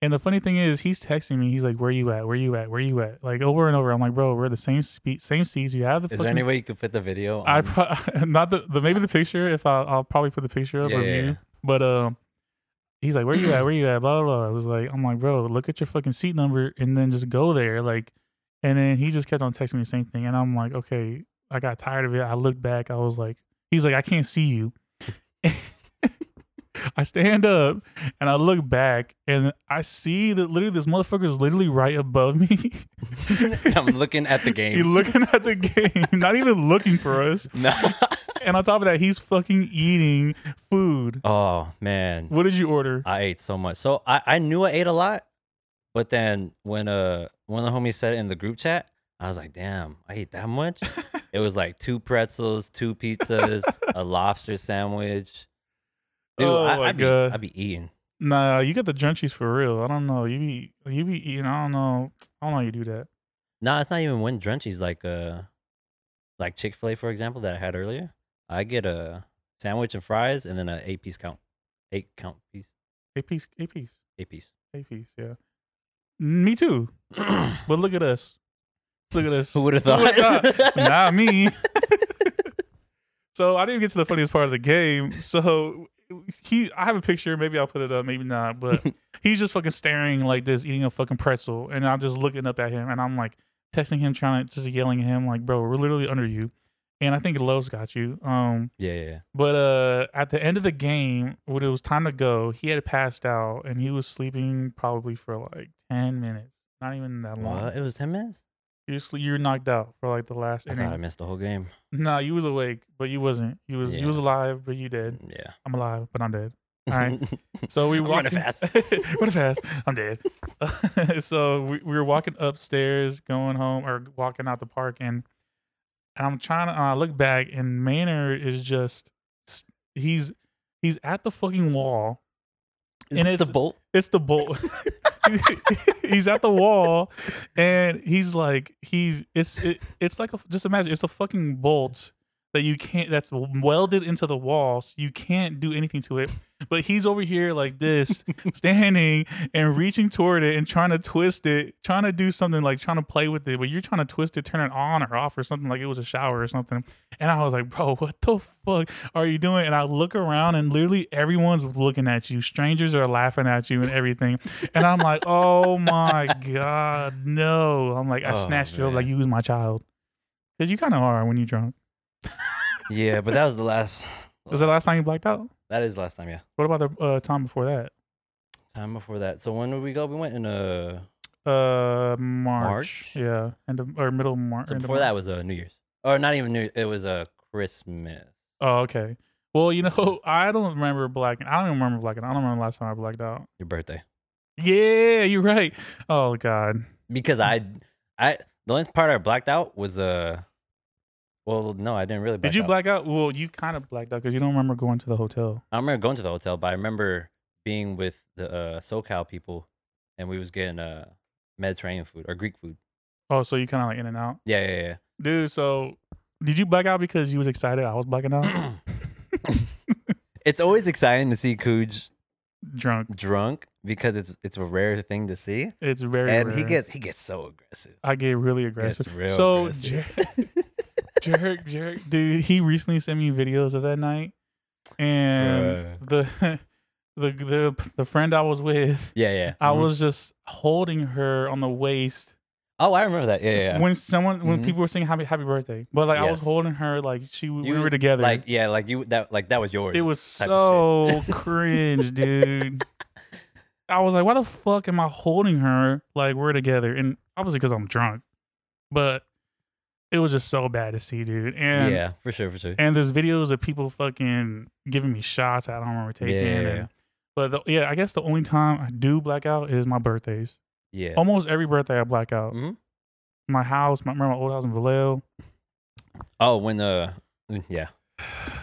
Speaker 2: And the funny thing is, he's texting me. He's like, "Where you at? Where you at? Where you at?" Like over and over. I'm like, "Bro, we're the same speed, same seats. You have the
Speaker 3: is there
Speaker 2: fucking."
Speaker 3: any way you could fit the video?
Speaker 2: I
Speaker 3: on-
Speaker 2: pro- not the, the maybe the picture. If I, I'll probably put the picture up
Speaker 3: Yeah,
Speaker 2: of
Speaker 3: yeah,
Speaker 2: you.
Speaker 3: yeah.
Speaker 2: But um, he's like, "Where you at? Where you at?" Blah blah. blah. I was like, "I'm like, bro, look at your fucking seat number and then just go there." Like, and then he just kept on texting me the same thing, and I'm like, "Okay." I got tired of it. I looked back. I was like, "He's like, I can't see you." I stand up and I look back and I see that literally this motherfucker is literally right above me.
Speaker 3: I'm looking at the game.
Speaker 2: He's looking at the game, not even looking for us.
Speaker 3: no.
Speaker 2: And on top of that, he's fucking eating food.
Speaker 3: oh man.
Speaker 2: What did you order?
Speaker 3: I ate so much. So I, I knew I ate a lot, but then when uh one of the homies said it in the group chat, I was like, damn, I ate that much. it was like two pretzels, two pizzas, a lobster sandwich. Dude,
Speaker 2: Oh
Speaker 3: I,
Speaker 2: my
Speaker 3: would be,
Speaker 2: God.
Speaker 3: I'd be eating.
Speaker 2: Nah, you got the junchies for real. I don't know. You be you be eating. I don't know. I don't know how you do that.
Speaker 3: No, it's not even when drunchies like uh like Chick Fil A for example that I had earlier. I get a sandwich and fries and then a eight piece count, eight count piece,
Speaker 2: A piece, a piece,
Speaker 3: eight piece.
Speaker 2: a piece. Yeah. Me too. But look at us. Look at us.
Speaker 3: Who would have
Speaker 2: would've
Speaker 3: thought?
Speaker 2: Not me. so I didn't get to the funniest part of the game. So he, I have a picture. Maybe I'll put it up. Maybe not. But he's just fucking staring like this, eating a fucking pretzel, and I'm just looking up at him, and I'm like texting him, trying to just yelling at him, like, "Bro, we're literally under you." And I think Lowe's got you. Um,
Speaker 3: yeah, yeah, yeah.
Speaker 2: but uh, at the end of the game, when it was time to go, he had passed out, and he was sleeping probably for like ten minutes. Not even that long.
Speaker 3: What? It was ten minutes.
Speaker 2: You're sl- you're knocked out for like the last.
Speaker 3: I thought I
Speaker 2: inning.
Speaker 3: missed the whole game.
Speaker 2: No, you was awake, but you wasn't. You was
Speaker 3: Yeah.
Speaker 2: you was alive, but you dead.
Speaker 3: Yeah.
Speaker 2: I'm alive, but I'm dead. All right.
Speaker 3: Right.
Speaker 2: So we
Speaker 3: I'm
Speaker 2: walked
Speaker 3: running fast.
Speaker 2: running fast. I'm dead. so we, we were walking upstairs, going home, or walking out the park, and and I'm trying to uh, look back, and Maynard is just he's he's at the fucking wall. And
Speaker 3: and it's the
Speaker 2: it's-
Speaker 3: bolt.
Speaker 2: It's the bull. he's at the wall, and he's like he's it's it, it's like a, just imagine it's the fucking bolt that you can't that's welded into the wall, so you can't do anything to it. But he's over here like this, standing and reaching toward it and trying to twist it, trying to do something like trying to play with it. But you're trying to twist it, turn it on or off or something like it was a shower or something. And I was like, bro, what the fuck are you doing? And I look around and literally everyone's looking at you. Strangers are laughing at you and everything. And I'm like, oh my God, no. I'm like, I
Speaker 3: Oh,
Speaker 2: snatched you up
Speaker 3: man.
Speaker 2: like you was my child. Because you kind of are when you're drunk.
Speaker 3: Yeah, but that was the last.
Speaker 2: Is that the last time you blacked out?
Speaker 3: That is the last time. Yeah.
Speaker 2: What about the uh, time before that?
Speaker 3: Time before that. So when did we go? We went in uh.
Speaker 2: Uh, March.
Speaker 3: March?
Speaker 2: Yeah, end of or middle of Mar- end
Speaker 3: So
Speaker 2: of March.
Speaker 3: before that was uh, New Year's, or not even New. Year- It was uh, Christmas.
Speaker 2: Oh, okay. Well, you know, I don't remember blacking. I don't even remember blacking. I don't remember the last time I blacked out.
Speaker 3: Your birthday.
Speaker 2: Yeah, you're right. Oh God.
Speaker 3: Because I, I the only part I blacked out was uh. Well, no, I didn't really. Black
Speaker 2: Did you
Speaker 3: out.
Speaker 2: black out? Well, you kind of blacked out because you don't remember going to the hotel.
Speaker 3: I remember going to the hotel, but I remember being with the uh, SoCal people, and we was getting uh Mediterranean food or Greek food.
Speaker 2: Oh, so you kind of like in and out,
Speaker 3: Yeah, yeah, yeah.
Speaker 2: dude. So did you black out because you was excited? I was blacking out, Uh,
Speaker 3: It's always exciting to see Cooge
Speaker 2: drunk.
Speaker 3: drunk because it's it's a rare thing to see,
Speaker 2: It's very
Speaker 3: and he
Speaker 2: rare.
Speaker 3: gets he gets so aggressive.
Speaker 2: I get really
Speaker 3: Gets
Speaker 2: aggressive.
Speaker 3: real
Speaker 2: so
Speaker 3: aggressive.
Speaker 2: Jer- jerk, jerk, dude. He recently sent me videos of that night, and the the the the friend I was with,
Speaker 3: yeah, yeah.
Speaker 2: I
Speaker 3: Mhm.
Speaker 2: was just holding her on the waist
Speaker 3: Oh, I remember that. Yeah, yeah. yeah.
Speaker 2: when someone when
Speaker 3: Mhm.
Speaker 2: people were singing happy happy birthday, but like I was
Speaker 3: Yes.
Speaker 2: holding her like she we
Speaker 3: You-
Speaker 2: were together.
Speaker 3: Like yeah, like you that like that was yours.
Speaker 2: It was
Speaker 3: type of
Speaker 2: so cringe, dude. I was like, why the fuck am I holding her like we're together? And obviously because I'm drunk, but it was just so bad to see, dude. And
Speaker 3: yeah, for sure, for sure.
Speaker 2: and there's videos of people fucking giving me shots I don't remember taking.
Speaker 3: Yeah, yeah,
Speaker 2: and-
Speaker 3: yeah.
Speaker 2: but the, yeah, I guess the only time I do black out is my birthdays.
Speaker 3: yeah.
Speaker 2: Almost every birthday I black out.
Speaker 3: Mhm.
Speaker 2: My house, my, remember my old house in Vallejo.
Speaker 3: Oh, when uh, mm, yeah.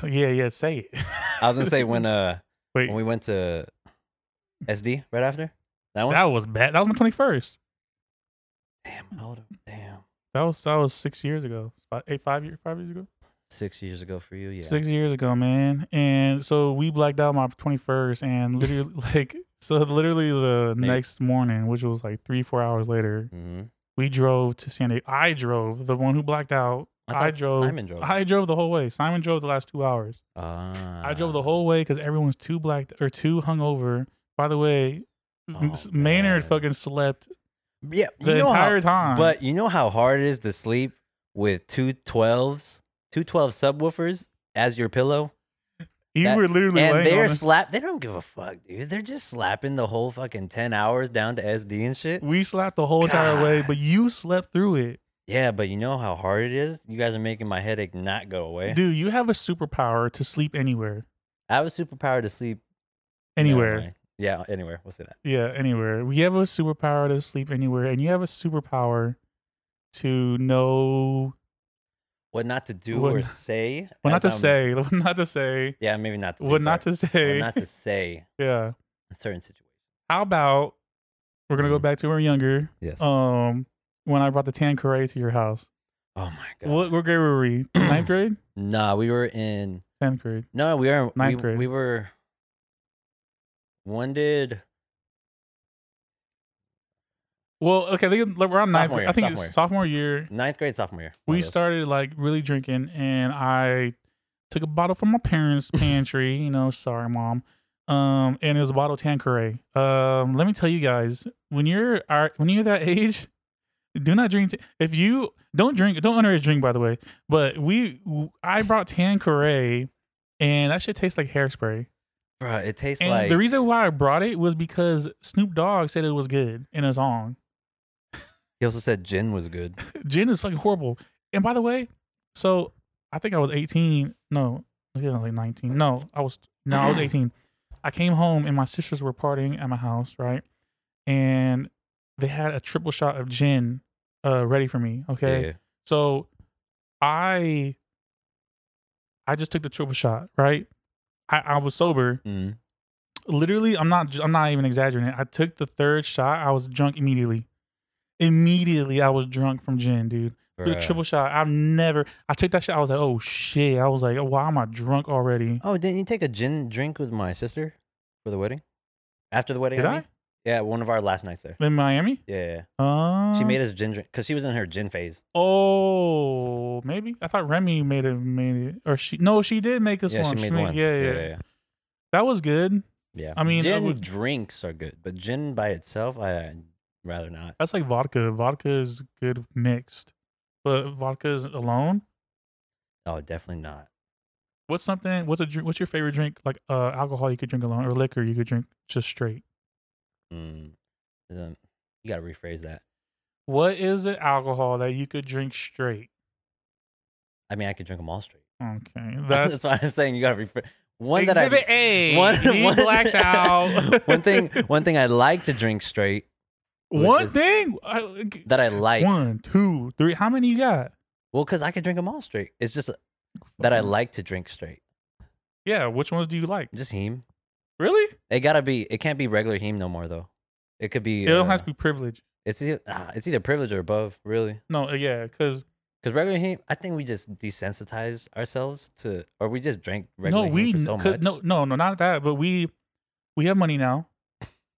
Speaker 2: yeah, yeah, say it.
Speaker 3: I was gonna say when uh,
Speaker 2: Wait,
Speaker 3: when we went to SD right after that one.
Speaker 2: that was bad. That was my twenty first.
Speaker 3: damn, how old? am- Damn,
Speaker 2: That was that was six years ago. Five, eight, five years, five years ago.
Speaker 3: six years ago for you. Yeah.
Speaker 2: Six years ago, man. And so we blacked out my twenty first, and literally like so literally the
Speaker 3: Hey.
Speaker 2: next morning, which was like three four hours later,
Speaker 3: Mm-hmm.
Speaker 2: we drove to San Diego. I drove the one who blacked out. I drove-
Speaker 3: Simon drove.
Speaker 2: I drove the whole way. Simon drove the last two hours. I drove the
Speaker 3: Ah.
Speaker 2: whole way because everyone's too blacked or too hungover. By the way, M-
Speaker 3: Oh,
Speaker 2: S- Maynard
Speaker 3: man.
Speaker 2: fucking slept
Speaker 3: Yeah,
Speaker 2: the
Speaker 3: you know how-
Speaker 2: entire time.
Speaker 3: But you know how hard it is to sleep with two 12s, two 12 subwoofers as your pillow?
Speaker 2: you
Speaker 3: that-
Speaker 2: were literally laying on
Speaker 3: and they're
Speaker 2: the-
Speaker 3: slap they don't give a fuck, dude. They're just slapping the whole fucking 10 hours down to SD and shit.
Speaker 2: we slept the whole entire way,
Speaker 3: God.
Speaker 2: but you slept through it.
Speaker 3: Yeah, but you know how hard it is? You guys are making my headache not go away.
Speaker 2: Dude, you have a superpower to sleep anywhere.
Speaker 3: I have a superpower to sleep Never
Speaker 2: Anywhere.
Speaker 3: mind. Yeah, anywhere. We'll say that.
Speaker 2: Yeah, anywhere. We have a superpower to sleep anywhere, and you have a superpower to know
Speaker 3: What not to do
Speaker 2: What
Speaker 3: or
Speaker 2: not-
Speaker 3: say.
Speaker 2: what not
Speaker 3: as
Speaker 2: to
Speaker 3: I'm-
Speaker 2: say, what not to say,
Speaker 3: Yeah, maybe not to do
Speaker 2: what
Speaker 3: part.
Speaker 2: not to say.
Speaker 3: What not to say
Speaker 2: yeah.
Speaker 3: in certain situations.
Speaker 2: How about we're gonna go
Speaker 3: Mhm.
Speaker 2: back to when we we're younger?
Speaker 3: Yes.
Speaker 2: Um, when I brought the tan curry to your house,
Speaker 3: oh my god.
Speaker 2: what, what grade were we? Ninth grade,
Speaker 3: Nah, we were in
Speaker 2: tenth grade.
Speaker 3: No, we are
Speaker 2: Ninth
Speaker 3: we,
Speaker 2: grade.
Speaker 3: we were. When did
Speaker 2: Well, okay, I think around ninth.
Speaker 3: Sophomore
Speaker 2: Grade.
Speaker 3: year,
Speaker 2: I think it's sophomore year.
Speaker 3: ninth grade, sophomore year? one
Speaker 2: we
Speaker 3: of those.
Speaker 2: started like really drinking and i took a bottle from my parents pantry you know sorry mom um and it was a bottle of tanqueray um let me tell you guys when you're are when you're that age do not drink t- if you don't drink don't underage drink by the way but we i brought tanqueray and that shit tastes like hairspray
Speaker 3: Bruh, it tastes
Speaker 2: and
Speaker 3: like
Speaker 2: the reason why i brought it was because snoop dogg said it was good in a song
Speaker 3: he also said gin was good.
Speaker 2: gin is fucking horrible. And by the way, so I think I was 18. No, I think I was like 19. No, I was no, I was 18. I came home and my sisters were partying at my house, right? And they had a triple shot of gin uh ready for me. Okay.
Speaker 3: Yeah.
Speaker 2: So I I just took the triple shot, right? I, I was sober.
Speaker 3: Mhm.
Speaker 2: Literally, I'm not I'm not even exaggerating. I took the third shot. I was drunk immediately. Immediately I was drunk from gin, dude the
Speaker 3: Bruh.
Speaker 2: triple shot. I've never. I took that shot. I was like, oh shit. I was like, why am I drunk already?
Speaker 3: Oh, didn't you take a gin drink with my sister for the wedding? After the wedding,
Speaker 2: Did
Speaker 3: mean?
Speaker 2: I
Speaker 3: Yeah, one of our last nights there.
Speaker 2: in Miami?
Speaker 3: Yeah, yeah.
Speaker 2: Uh,
Speaker 3: she made us gin drink because she was in her gin phase.
Speaker 2: Oh, maybe I thought Remy made it. Made it, or she? No, she did make us
Speaker 3: yeah,
Speaker 2: one.
Speaker 3: she made one.
Speaker 2: Yeah, yeah,
Speaker 3: yeah.
Speaker 2: That was good.
Speaker 3: yeah.
Speaker 2: I mean, I
Speaker 3: gin
Speaker 2: would-
Speaker 3: drinks are good, but gin by itself, I I'd rather not.
Speaker 2: That's like vodka. Vodka is good mixed, but vodka is alone.
Speaker 3: Oh, definitely not.
Speaker 2: What's something? What's a drink? What's your favorite drink? Like uh, alcohol you could drink alone, or liquor you could drink just straight.
Speaker 3: Mm. Um, You gotta rephrase that.
Speaker 2: What is an alcohol that you could drink straight?
Speaker 3: I mean, I could drink them all straight.
Speaker 2: Okay,
Speaker 3: That's,
Speaker 2: that's
Speaker 3: why I'm saying you gotta refer one
Speaker 2: Exhibit
Speaker 3: that
Speaker 2: A.
Speaker 3: I one,
Speaker 2: he
Speaker 3: one-
Speaker 2: blacks out.
Speaker 3: one thing one thing I like to drink straight which
Speaker 2: One
Speaker 3: is-
Speaker 2: thing. I-
Speaker 3: that I like.
Speaker 2: One, two, three. How many you got?
Speaker 3: Well, because I could drink them all straight. It's just that I like to drink straight.
Speaker 2: Yeah. Which ones do you like?
Speaker 3: Just heme.
Speaker 2: Really?
Speaker 3: It gotta be. It can't be regular heme no more though. It could be.
Speaker 2: It don't
Speaker 3: uh,
Speaker 2: have to be privilege.
Speaker 3: It's either, ah, it's either privilege or above, really.
Speaker 2: No, uh, yeah, because
Speaker 3: Because regular heme, I think we just desensitize ourselves to, or we just drank regular
Speaker 2: no,
Speaker 3: heme
Speaker 2: we
Speaker 3: for so
Speaker 2: n- 'cause-
Speaker 3: much.
Speaker 2: no, no, no, not that. But we we have money now.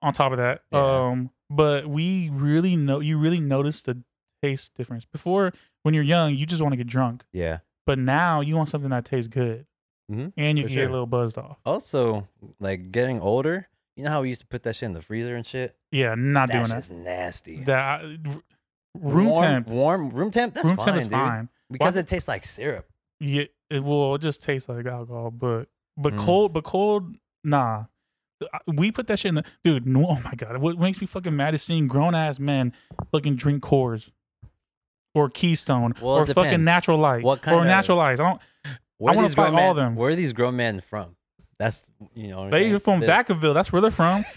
Speaker 2: On top of that,
Speaker 3: Yeah.
Speaker 2: um, but we really know you really notice the taste difference. Before, when you're young, you just want to get drunk,
Speaker 3: Yeah.
Speaker 2: but now you want something that tastes good,
Speaker 3: Mhm,
Speaker 2: and you
Speaker 3: for
Speaker 2: can get a
Speaker 3: sure.
Speaker 2: little buzzed off.
Speaker 3: Also, like getting older, you know how we used to put that shit in the freezer and shit.
Speaker 2: Yeah, not
Speaker 3: That's
Speaker 2: doing
Speaker 3: just nasty.
Speaker 2: that. That r- room
Speaker 3: warm,
Speaker 2: temp,
Speaker 3: warm room temp. That's
Speaker 2: room
Speaker 3: fine,
Speaker 2: temp is
Speaker 3: dude.
Speaker 2: fine.
Speaker 3: because
Speaker 2: Why-
Speaker 3: it tastes like syrup.
Speaker 2: Yeah, it will it just tastes like alcohol, but but
Speaker 3: Mm.
Speaker 2: cold, but cold, nah. I- We put that shit in the dude. No, oh my god, what makes me fucking mad is seeing grown ass men fucking drink Coors or Keystone
Speaker 3: Well, it
Speaker 2: or fucking
Speaker 3: depends.
Speaker 2: Natural Light
Speaker 3: What kinda-
Speaker 2: or Natural Lights. I don't.
Speaker 3: Where
Speaker 2: wanna
Speaker 3: these grown
Speaker 2: fight all
Speaker 3: men-
Speaker 2: them.
Speaker 3: Where are these grown men from? That's you know. what I'm
Speaker 2: They're
Speaker 3: saying?
Speaker 2: from
Speaker 3: The-
Speaker 2: Vacaville. That's where they're from.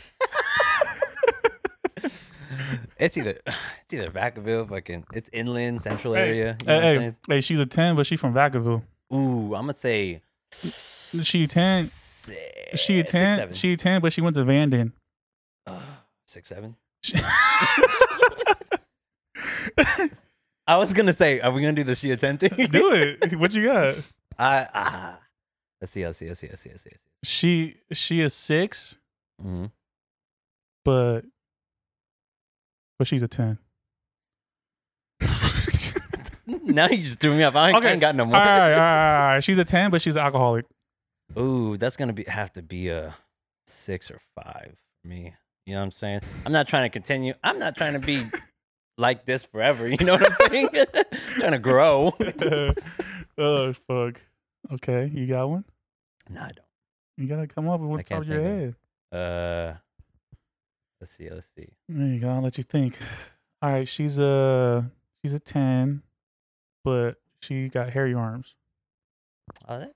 Speaker 3: It's either it's either Vacaville, fucking it's inland central
Speaker 2: Hey,
Speaker 3: area. You know what I'm
Speaker 2: hey, hey,
Speaker 3: saying?
Speaker 2: hey, she's a ten, but she's from Vacaville.
Speaker 3: Ooh, I'm gonna say
Speaker 2: She a ten.
Speaker 3: six-
Speaker 2: She a
Speaker 3: eh, six,
Speaker 2: ten.
Speaker 3: seven.
Speaker 2: she a ten, but she went to Vanden.
Speaker 3: Ugh, six seven.
Speaker 2: She-
Speaker 3: I was gonna say, are we gonna do the she a ten thing?
Speaker 2: Do it. What you got?
Speaker 3: I ah. Let's see. Let's see. Let's see. Let's see. Let's see. Let's see.
Speaker 2: She she is six,
Speaker 3: hmm
Speaker 2: but but she's a ten.
Speaker 3: now you just threw me off. I ain't, I
Speaker 2: Okay.
Speaker 3: ain't got no
Speaker 2: all,
Speaker 3: more.
Speaker 2: right, all right, all right, all right. She's a ten, but she's an alcoholic.
Speaker 3: Ooh, that's gonna be have to be a six or five for me. You know what I'm saying? I'm not trying to continue. I'm not trying to be like this forever. You know what I'm saying? trying to grow.
Speaker 2: oh fuck. Okay, you got one.
Speaker 3: no, I don't.
Speaker 2: You gotta come up with
Speaker 3: I
Speaker 2: what's top
Speaker 3: can't
Speaker 2: of your
Speaker 3: think of Uh,
Speaker 2: head.
Speaker 3: let's see. Let's see.
Speaker 2: There you go. I'll let you think. All right, she's a she's a ten, but she got hairy arms.
Speaker 3: Oh, that,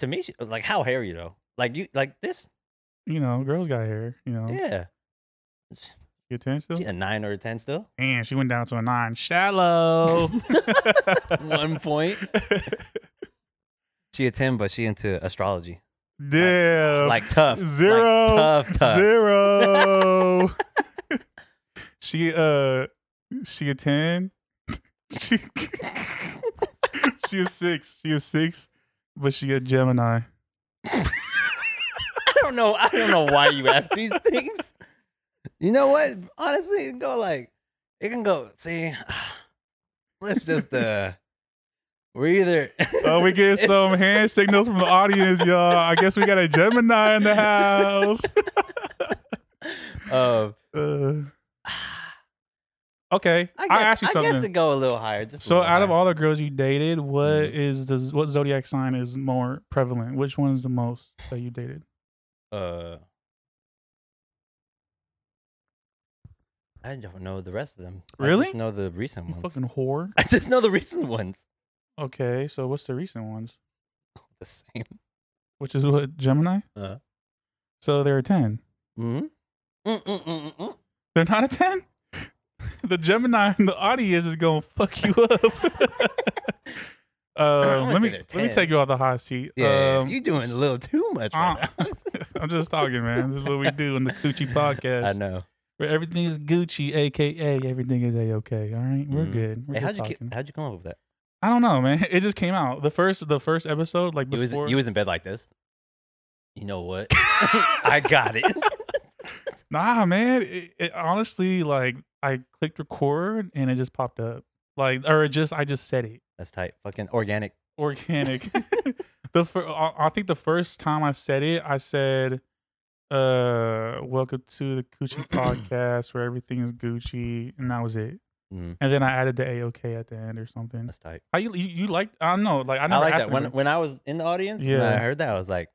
Speaker 3: to me, she- like how hairy though? Like you, like this?
Speaker 2: You know, girls got hair. You know,
Speaker 3: Yeah.
Speaker 2: you a ten still.
Speaker 3: She a nine or a ten still?
Speaker 2: And she went down to a nine. Shallow.
Speaker 3: One point. She a ten, but she into astrology.
Speaker 2: Damn.
Speaker 3: Like tough. like
Speaker 2: Oh. Zero.
Speaker 3: tough. Tough.
Speaker 2: Zero. she uh she a ten. she she a six. She a six, but she a Gemini.
Speaker 3: I don't know. I don't know why you ask these things. You know what? Honestly, it can go like it can go. See, let's just uh, we're either.
Speaker 2: Oh, we get
Speaker 3: It's-
Speaker 2: some hand signals from the audience, y'all. I guess we got a Gemini in the house.
Speaker 3: Uh,
Speaker 2: Uh,
Speaker 3: I guess,
Speaker 2: okay, I'll ask you
Speaker 3: I
Speaker 2: something.
Speaker 3: guess it go a little higher. Just a
Speaker 2: So
Speaker 3: little
Speaker 2: out of
Speaker 3: higher.
Speaker 2: all the girls you dated, what
Speaker 3: Mhm.
Speaker 2: is the what zodiac sign is more prevalent? Which one is the most that you dated?
Speaker 3: uh, I don't know the rest of them. I
Speaker 2: Really?
Speaker 3: just know the recent
Speaker 2: You
Speaker 3: ones.
Speaker 2: fucking whore.
Speaker 3: I just know the recent ones.
Speaker 2: Okay, so what's the recent ones?
Speaker 3: The same.
Speaker 2: Which is what Gemini.
Speaker 3: Uh.
Speaker 2: So they're a ten.
Speaker 3: Mm-hmm. Mm-mm-mm-mm.
Speaker 2: They're not a ten. the Gemini in the audience is gonna fuck you up.
Speaker 3: I
Speaker 2: uh,
Speaker 3: wouldn't
Speaker 2: let me
Speaker 3: say they're
Speaker 2: let me
Speaker 3: 10s.
Speaker 2: take you out the hot seat.
Speaker 3: Yeah,
Speaker 2: Um,
Speaker 3: you doing a little too much right
Speaker 2: uh,
Speaker 3: now.
Speaker 2: I'm just talking, man. This is what we do in the Coochie Podcast.
Speaker 3: I know.
Speaker 2: Where everything is Gucci, aka everything is a okay. All right, we're
Speaker 3: Mhm.
Speaker 2: good. We're
Speaker 3: Hey,
Speaker 2: just
Speaker 3: how'd you ki-
Speaker 2: talking.
Speaker 3: how'd you come up with that?
Speaker 2: I don't know, man. It just came out. The first the first episode, like
Speaker 3: You was
Speaker 2: before.
Speaker 3: you was in bed like this. You know what? I got it.
Speaker 2: nah, man. It, it honestly, like I clicked record and it just popped up. Like, or it just I just said it.
Speaker 3: That's tight. Fucking organic.
Speaker 2: Organic. the fir- I I think the first time I said it, I said, "Uh, welcome to the Gucci podcast, where everything is Gucci," and that was it.
Speaker 3: Mm,
Speaker 2: And then I added the AOK at the end or something.
Speaker 3: that's tight.
Speaker 2: How you you, you like? I don't know. Like I
Speaker 3: I,
Speaker 2: never
Speaker 3: like
Speaker 2: asked
Speaker 3: that.
Speaker 2: him
Speaker 3: When
Speaker 2: for-
Speaker 3: when I was in the audience, yeah. I
Speaker 2: Yeah.
Speaker 3: heard that, I was like,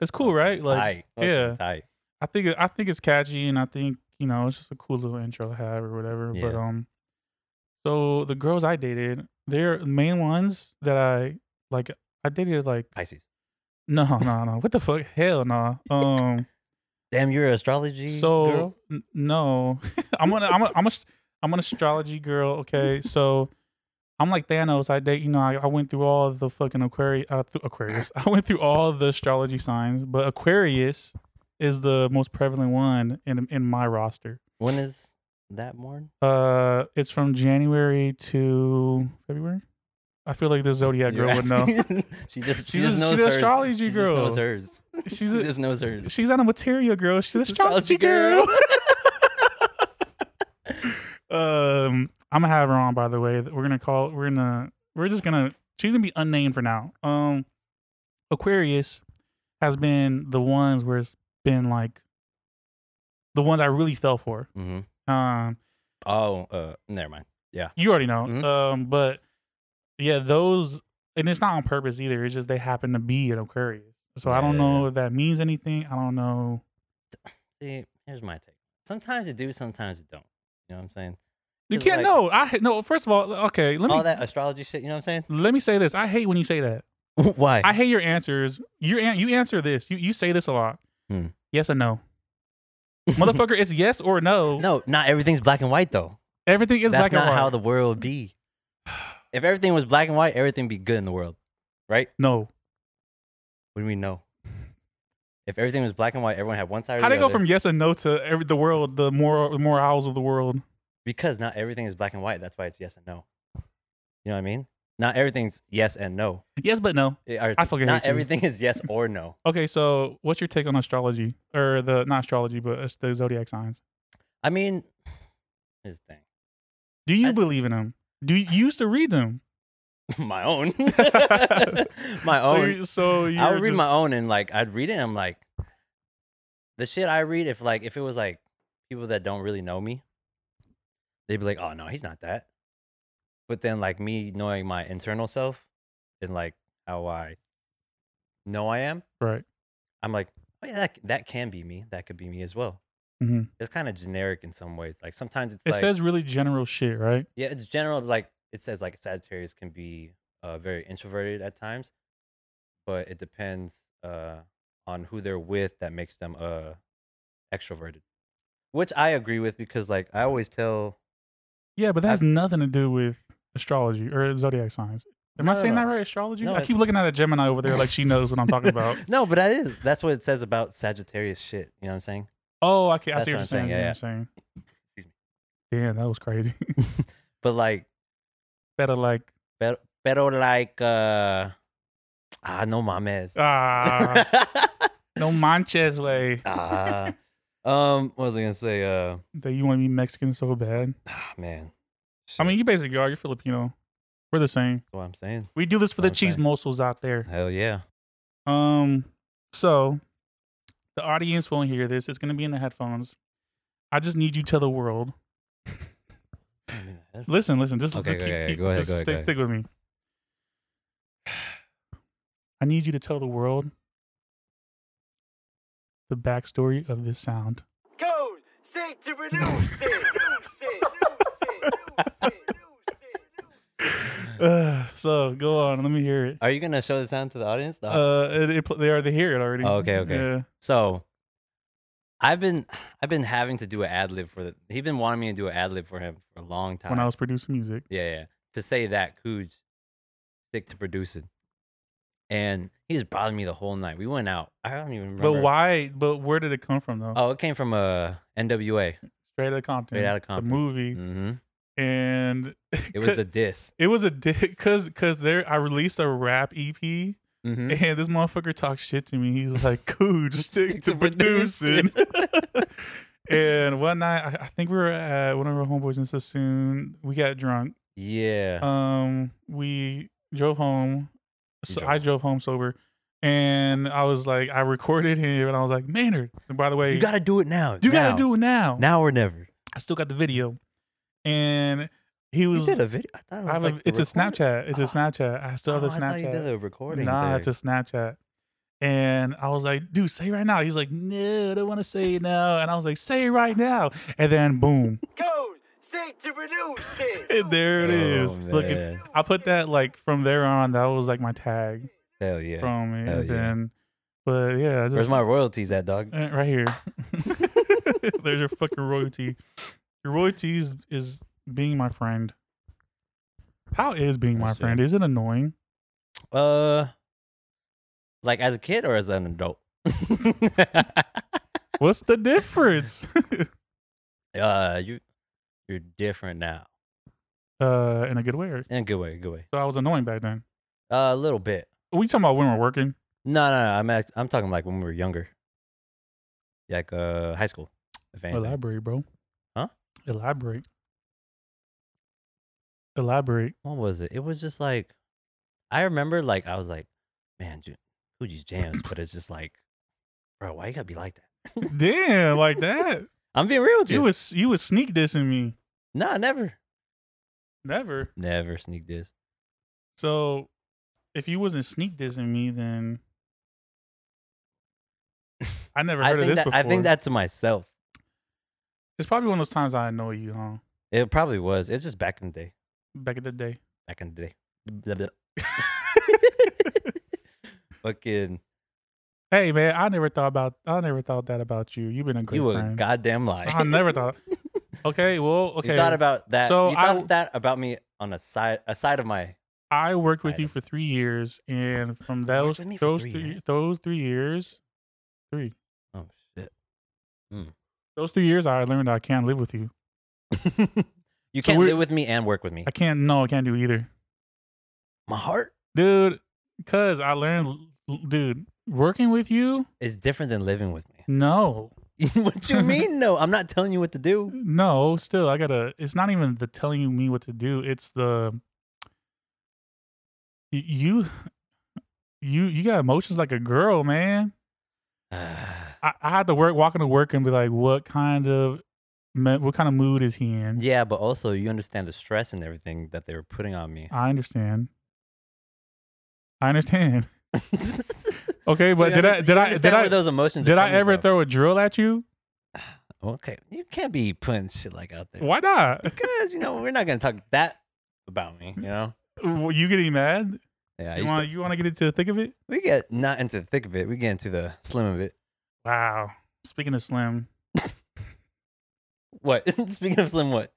Speaker 2: it's cool, right? Like
Speaker 3: tight. Fucking
Speaker 2: yeah.
Speaker 3: tight.
Speaker 2: I think it- I think it's catchy, and I think you know it's just a cool little intro to have or whatever. But
Speaker 3: Yeah.
Speaker 2: um, so the girls I dated, they're main ones that I like. I dated like
Speaker 3: Pisces.
Speaker 2: no, no, no. What the fuck? Hell no. Um,
Speaker 3: Damn, you're an astrology
Speaker 2: so
Speaker 3: girl.
Speaker 2: n- no, I'm gonna I'm a, I'm a st- I'm an astrology girl. Okay, so. I'm like Thanos. I date, you know. I, I went through all the fucking Aquarius. Uh, th- Aquarius. I went through all the astrology signs, but Aquarius is the most prevalent one in in my roster.
Speaker 3: When is that morn?
Speaker 2: Uh, it's from January to February. I feel like the Zodiac
Speaker 3: You're
Speaker 2: girl would know.
Speaker 3: asking- she just she
Speaker 2: She's a-
Speaker 3: just
Speaker 2: she's
Speaker 3: knows
Speaker 2: an
Speaker 3: hers.
Speaker 2: astrology
Speaker 3: she
Speaker 2: girl.
Speaker 3: Just knows hers.
Speaker 2: She's
Speaker 3: she
Speaker 2: a,
Speaker 3: just knows hers.
Speaker 2: she's not a material girl. She's an astrology
Speaker 3: Astrology
Speaker 2: girl. um, I'm gonna have her on. By the way, we're gonna call. We're gonna. We're just gonna. She's gonna be unnamed for now. Um, Aquarius has been the ones where it's been like the ones I really fell for.
Speaker 3: Mhm.
Speaker 2: Um,
Speaker 3: Oh, uh, never mind.
Speaker 2: you already know.
Speaker 3: Mhm.
Speaker 2: Um, but yeah, those, and it's not on purpose either. It's just they happen to be an Aquarius. So I don't
Speaker 3: Yeah.
Speaker 2: know if that means anything. I don't know.
Speaker 3: See, here's my take. Sometimes you do, sometimes you don't. You know what I'm saying?
Speaker 2: You
Speaker 3: It's
Speaker 2: can't
Speaker 3: like-
Speaker 2: know. I no. First of all, okay. Let me
Speaker 3: All that astrology shit. You know what I'm
Speaker 2: let me say this. I hate when you say that.
Speaker 3: saying? Why?
Speaker 2: I hate your answers. You an- you answer this. You you say this a lot.
Speaker 3: Hmm.
Speaker 2: Yes or no, motherfucker. It's yes or no.
Speaker 3: no, not everything's black and white though.
Speaker 2: Everything is
Speaker 3: That's
Speaker 2: black
Speaker 3: not
Speaker 2: and white.
Speaker 3: how the world be. If everything was black and white, everything would be good in the world, right?
Speaker 2: no.
Speaker 3: What do we know? If everything was black and white, everyone had one side. Or
Speaker 2: How
Speaker 3: the
Speaker 2: they go
Speaker 3: other,
Speaker 2: from yes and no to every, the world, the moral the morals of the world?
Speaker 3: because not everything is black and white. That's why it's yes and no. You know what I mean? Not everything's yes and no.
Speaker 2: Yes, but no.
Speaker 3: It- or
Speaker 2: I fucking
Speaker 3: not
Speaker 2: hate you.
Speaker 3: everything is yes or no.
Speaker 2: Okay, so what's your take on astrology or the not astrology, but as- the zodiac signs?
Speaker 3: I mean, here's the
Speaker 2: Do you
Speaker 3: I-
Speaker 2: believe in them? Do you, you used to read them?
Speaker 3: thing. my own. my
Speaker 2: So
Speaker 3: own.
Speaker 2: you, so you
Speaker 3: I would read my own and like I'd read it and I'm like the shit I read if like if it was like people that don't really know me, they'd be like, Oh no, he's not that. But then like me knowing my internal self and like how I know I am,
Speaker 2: right.
Speaker 3: I'm like, oh, yeah, that that can be me. That could be me as well.
Speaker 2: Mhm.
Speaker 3: It's kind of generic in some ways. Like sometimes it's
Speaker 2: It
Speaker 3: like
Speaker 2: says really general shit, right?
Speaker 3: yeah, it's general. Like it says, like Sagittarius can be uh, very introverted at times, but it depends uh, on who they're with that makes them uh, extroverted, which I agree with because, like, I always tell.
Speaker 2: Yeah, but that has nothing to do with astrology or zodiac signs. Am
Speaker 3: No,
Speaker 2: I
Speaker 3: no,
Speaker 2: saying
Speaker 3: no.
Speaker 2: that right? Astrology?
Speaker 3: No,
Speaker 2: I
Speaker 3: it-
Speaker 2: keep looking at that Gemini over there like she knows what I'm talking about.
Speaker 3: no, but that is that's what it says about Sagittarius shit. You know what I'm saying?
Speaker 2: Oh, okay. I
Speaker 3: That's
Speaker 2: see what
Speaker 3: what
Speaker 2: you're
Speaker 3: I'm saying,
Speaker 2: saying. I see
Speaker 3: yeah,
Speaker 2: what you're saying.
Speaker 3: Excuse me.
Speaker 2: Damn, that was crazy.
Speaker 3: But like,
Speaker 2: Better like
Speaker 3: pero, pero like, uh, ah, no mames.
Speaker 2: ah, no manches way
Speaker 3: ah, um, what was I gonna say? Uh,
Speaker 2: that you want to be Mexican so bad.
Speaker 3: ah, man.
Speaker 2: I
Speaker 3: Shit.
Speaker 2: mean, you basically are. You're Filipino. We're the same.
Speaker 3: That's what I'm saying.
Speaker 2: We do this for the
Speaker 3: Okay.
Speaker 2: cheese muscles out there.
Speaker 3: Hell yeah.
Speaker 2: Um, so the audience won't hear this. It's gonna be in the headphones. I just need you to tell the world. Listen, listen. Just,
Speaker 3: Okay, okay,
Speaker 2: just keep,
Speaker 3: okay,
Speaker 2: keep-
Speaker 3: go ahead,
Speaker 2: just
Speaker 3: go ahead,
Speaker 2: stay,
Speaker 3: go ahead.
Speaker 2: stick with me. I need you to tell the world the backstory of this sound.
Speaker 1: Code Saint to reduce it. Reduce it. Reduce it. Reduce it. Reduce it. Reduce it.
Speaker 2: Ugh, so go on. Let me hear it.
Speaker 3: Are you gonna show this sound to the audience? The-
Speaker 2: Uh, it, it, they already hear it already.
Speaker 3: Oh, okay, okay.
Speaker 2: Yeah.
Speaker 3: so, I've been I've been having to do an ad lib for the. He's been wanting me to do an ad lib for him for a long time.
Speaker 2: When I was producing music,
Speaker 3: yeah, yeah. To say that Cooge stick to producing, and he's bothered me the whole night. We went out. I don't even remember.
Speaker 2: but why? But where did it come from though?
Speaker 3: Oh, it came from uh, NWA.
Speaker 2: Straight out of Compton.
Speaker 3: Straight Outta Compton.
Speaker 2: The movie,
Speaker 3: hmm
Speaker 2: and
Speaker 3: It was the diss.
Speaker 2: it was a dick because because there I released a rap E EP.
Speaker 3: hmm
Speaker 2: And this motherfucker talks shit to me. He's like, "Cool, just stick,
Speaker 3: Stick
Speaker 2: to,
Speaker 3: to producing."
Speaker 2: producing." and one night, I, I think we were at one of our homeboys in Sassoon. We got drunk.
Speaker 3: Yeah.
Speaker 2: Um, we drove home.
Speaker 3: You
Speaker 2: So
Speaker 3: drove
Speaker 2: I
Speaker 3: home.
Speaker 2: drove home sober, and I was like, I recorded him, and I was like, Maynard. And by the way,
Speaker 3: you gotta do it now.
Speaker 2: you gotta
Speaker 3: now.
Speaker 2: do it now.
Speaker 3: now or never.
Speaker 2: I still got the video, and he
Speaker 3: You
Speaker 2: was.
Speaker 3: did a video. I thought it
Speaker 2: I
Speaker 3: was
Speaker 2: have
Speaker 3: like
Speaker 2: a,
Speaker 3: the
Speaker 2: it's a
Speaker 3: recording.
Speaker 2: Snapchat. It's a
Speaker 3: Oh.
Speaker 2: Snapchat. I still have the
Speaker 3: I thought
Speaker 2: Snapchat.
Speaker 3: you did a recording.
Speaker 2: Nah,
Speaker 3: thing.
Speaker 2: it's a Snapchat. And I was like, dude, say it right now. He's like, no, I don't want to say it now. And I was like, say it right now. And then boom.
Speaker 1: Code Saint to reduce
Speaker 2: And
Speaker 1: it.
Speaker 2: there it is.
Speaker 3: Oh,
Speaker 2: Looking,
Speaker 3: man.
Speaker 2: I put that like from there on, that was like my tag
Speaker 3: Hell yeah.
Speaker 2: from it.
Speaker 3: Hell
Speaker 2: And
Speaker 3: yeah.
Speaker 2: then but yeah, I just,
Speaker 3: Where's my royalties at, dog?
Speaker 2: uh, right here. There's your fucking royalty. Your royalty is, is being my friend. How is being my
Speaker 3: That's true.
Speaker 2: friend? Is it annoying?
Speaker 3: Uh, like as a kid or as an adult?
Speaker 2: What's the difference?
Speaker 3: uh, you You're different now.
Speaker 2: uh, in a good way. Or,
Speaker 3: In a good way, good way.
Speaker 2: so I was annoying back then.
Speaker 3: Uh, a little bit.
Speaker 2: Are we talking about when we're working?
Speaker 3: No, no, no. I'm act- I'm talking like when we were younger, like uh, high school. If anything.
Speaker 2: Elaborate, bro.
Speaker 3: Huh?
Speaker 2: Elaborate. Elaborate.
Speaker 3: what was it? It was just like I remember, like I was like, man, Ju- Fuji's jams, but it's just like, bro, why you gotta be like that?
Speaker 2: Damn, like that.
Speaker 3: I'm being real with you.
Speaker 2: You was you was sneak dissing me.
Speaker 3: nah, never,
Speaker 2: Never.
Speaker 3: never sneak this.
Speaker 2: So if you wasn't sneak dissing me, then I never
Speaker 3: I
Speaker 2: heard of
Speaker 3: think
Speaker 2: this
Speaker 3: that
Speaker 2: before.
Speaker 3: I think that to myself.
Speaker 2: it's probably one of those times I annoy you, huh?
Speaker 3: It probably was. It's just back in the day.
Speaker 2: Back in the day.
Speaker 3: Back in the day. Blah, blah. Fucking,
Speaker 2: Hey man, I never thought about I never thought that about you. You've been a great
Speaker 3: you a
Speaker 2: friend.
Speaker 3: goddamn lie.
Speaker 2: I never thought. Okay, well, okay.
Speaker 3: You thought about that.
Speaker 2: So
Speaker 3: you
Speaker 2: I-
Speaker 3: thought that about me on a side, a side of my.
Speaker 2: I worked with you
Speaker 3: Excited.
Speaker 2: for three years, and from
Speaker 3: worked
Speaker 2: those
Speaker 3: with me for
Speaker 2: those
Speaker 3: three
Speaker 2: three
Speaker 3: years?
Speaker 2: those three years, three
Speaker 3: Oh shit!
Speaker 2: those three years, I learned I can't live with you.
Speaker 3: you
Speaker 2: So
Speaker 3: can't
Speaker 2: we're-
Speaker 3: live with me and work with me.
Speaker 2: I can't. No, I can't do either,
Speaker 3: my heart
Speaker 2: dude. Cause I learned, dude, working with you,
Speaker 3: is different than living with me.
Speaker 2: no,
Speaker 3: what you mean? No, I'm not telling you what to do.
Speaker 2: no. Still, I gotta. It's not even the telling you me what to do. It's the y- you, you, you got emotions like a girl, man. I, I had to work, walk into work, and be like, what kind of, me- what kind of mood is he in?
Speaker 3: yeah, but also you understand the stress and everything that they were putting on me.
Speaker 2: I understand. I understand.
Speaker 3: So
Speaker 2: Okay,
Speaker 3: you
Speaker 2: but did
Speaker 3: under-
Speaker 2: I
Speaker 3: you
Speaker 2: did I
Speaker 3: understand
Speaker 2: did
Speaker 3: where
Speaker 2: I
Speaker 3: those emotions? are
Speaker 2: did I
Speaker 3: coming
Speaker 2: ever
Speaker 3: from.
Speaker 2: throw a drill at you?
Speaker 3: Okay, you can't be putting shit like out there.
Speaker 2: Why not?
Speaker 3: Because you know we're not gonna talk that about me. You know.
Speaker 2: Were you getting mad?
Speaker 3: Yeah, I
Speaker 2: You
Speaker 3: used to-
Speaker 2: want you want to get into the thick of it?
Speaker 3: we get not into the thick of it. We get into the slim of it.
Speaker 2: Wow. Speaking of Slim,
Speaker 3: What? Speaking of slim, what?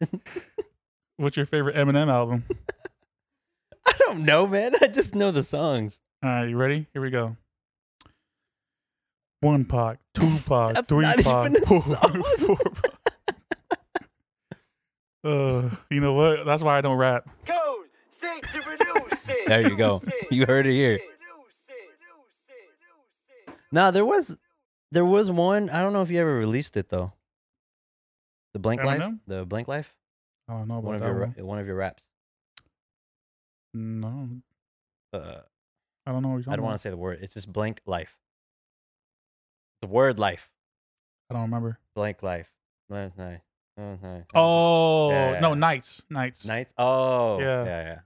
Speaker 2: what's your favorite Eminem album?
Speaker 3: I don't know, man. I just know the songs.
Speaker 2: All right, you ready? Here we go. One Pac, two Pac,
Speaker 3: That's
Speaker 2: three
Speaker 3: not
Speaker 2: Pac,
Speaker 3: even a
Speaker 2: four,
Speaker 3: song.
Speaker 2: four Pac. Uh, you know what? That's why I don't rap.
Speaker 1: Code sick to reduce it.
Speaker 3: There you go. You heard it here. Nah, there was there was one. I don't know if you ever released it though. The blank life,
Speaker 2: Eminem?
Speaker 3: the blank life,
Speaker 2: I don't know about
Speaker 3: one of
Speaker 2: that
Speaker 3: your
Speaker 2: one.
Speaker 3: ra- one of your raps.
Speaker 2: No,
Speaker 3: Uh,
Speaker 2: I don't know. What you're
Speaker 3: I don't want to say the word. It's just blank life. The word life,
Speaker 2: I don't remember.
Speaker 3: blank life. Blank life. Blank life.
Speaker 2: Oh
Speaker 3: Yeah.
Speaker 2: no, nights, nights,
Speaker 3: nights. Oh,
Speaker 2: Yeah.
Speaker 3: yeah, yeah.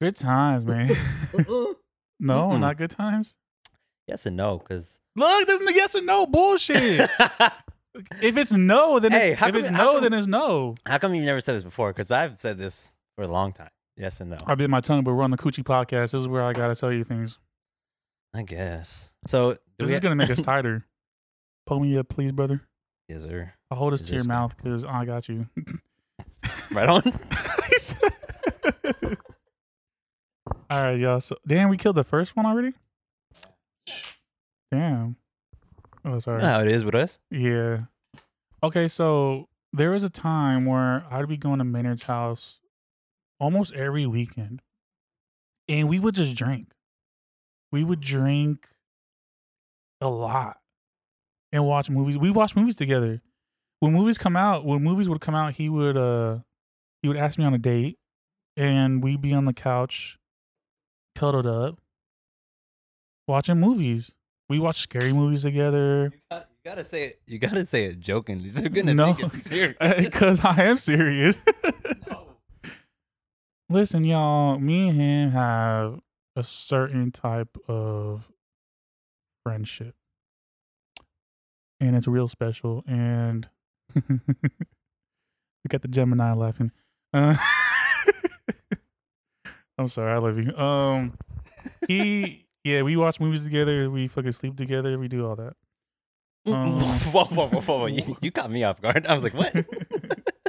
Speaker 2: good times, man.
Speaker 3: Mm-mm.
Speaker 2: no,
Speaker 3: Mm-mm.
Speaker 2: not good times.
Speaker 3: yes and no, because
Speaker 2: Look, this is yes and no bullshit.
Speaker 3: how
Speaker 2: if it's no, then
Speaker 3: Hey,
Speaker 2: it's,
Speaker 3: how
Speaker 2: if
Speaker 3: come-
Speaker 2: it's
Speaker 3: how
Speaker 2: no,
Speaker 3: come-
Speaker 2: then it's no.
Speaker 3: come you never said this before? Because I've said this for a long time. Yes and no.
Speaker 2: I bit my tongue, but we're on the Coochie podcast. This is where I gotta tell you things.
Speaker 3: I guess. So do
Speaker 2: This
Speaker 3: we-
Speaker 2: is gonna make us tighter. Pull me up, please, brother.
Speaker 3: Yes, sir.
Speaker 2: I'll hold this
Speaker 3: Is
Speaker 2: to your
Speaker 3: this
Speaker 2: mouth because I got you.
Speaker 3: Right on.
Speaker 2: All right, y'all. So, damn, we killed the first one already. Damn. Oh,
Speaker 3: You
Speaker 2: sorry.
Speaker 3: know how it is with us.
Speaker 2: Yeah. Okay, so there was a time where I'd be going to Maynard's house almost every weekend, and we would just drink. We would drink a lot and watch movies. We watched movies together. When movies come out, when movies would come out, he would uh he would ask me on a date, and we'd be on the couch, cuddled up, watching movies. We watched scary movies together.
Speaker 3: You got- you gotta say it. You gotta say it jokingly. They're gonna
Speaker 2: No.
Speaker 3: think it's serious.
Speaker 2: because I am serious. Listen, y'all, me and him have a certain type of friendship, and it's real special. And we got the Gemini laughing. Uh, I'm sorry, I love you. Um, he, yeah, we watch movies together. We fucking sleep together. We do all that. Um,
Speaker 3: whoa, whoa, whoa, whoa! whoa. You, you caught me off guard. I was like, "What?"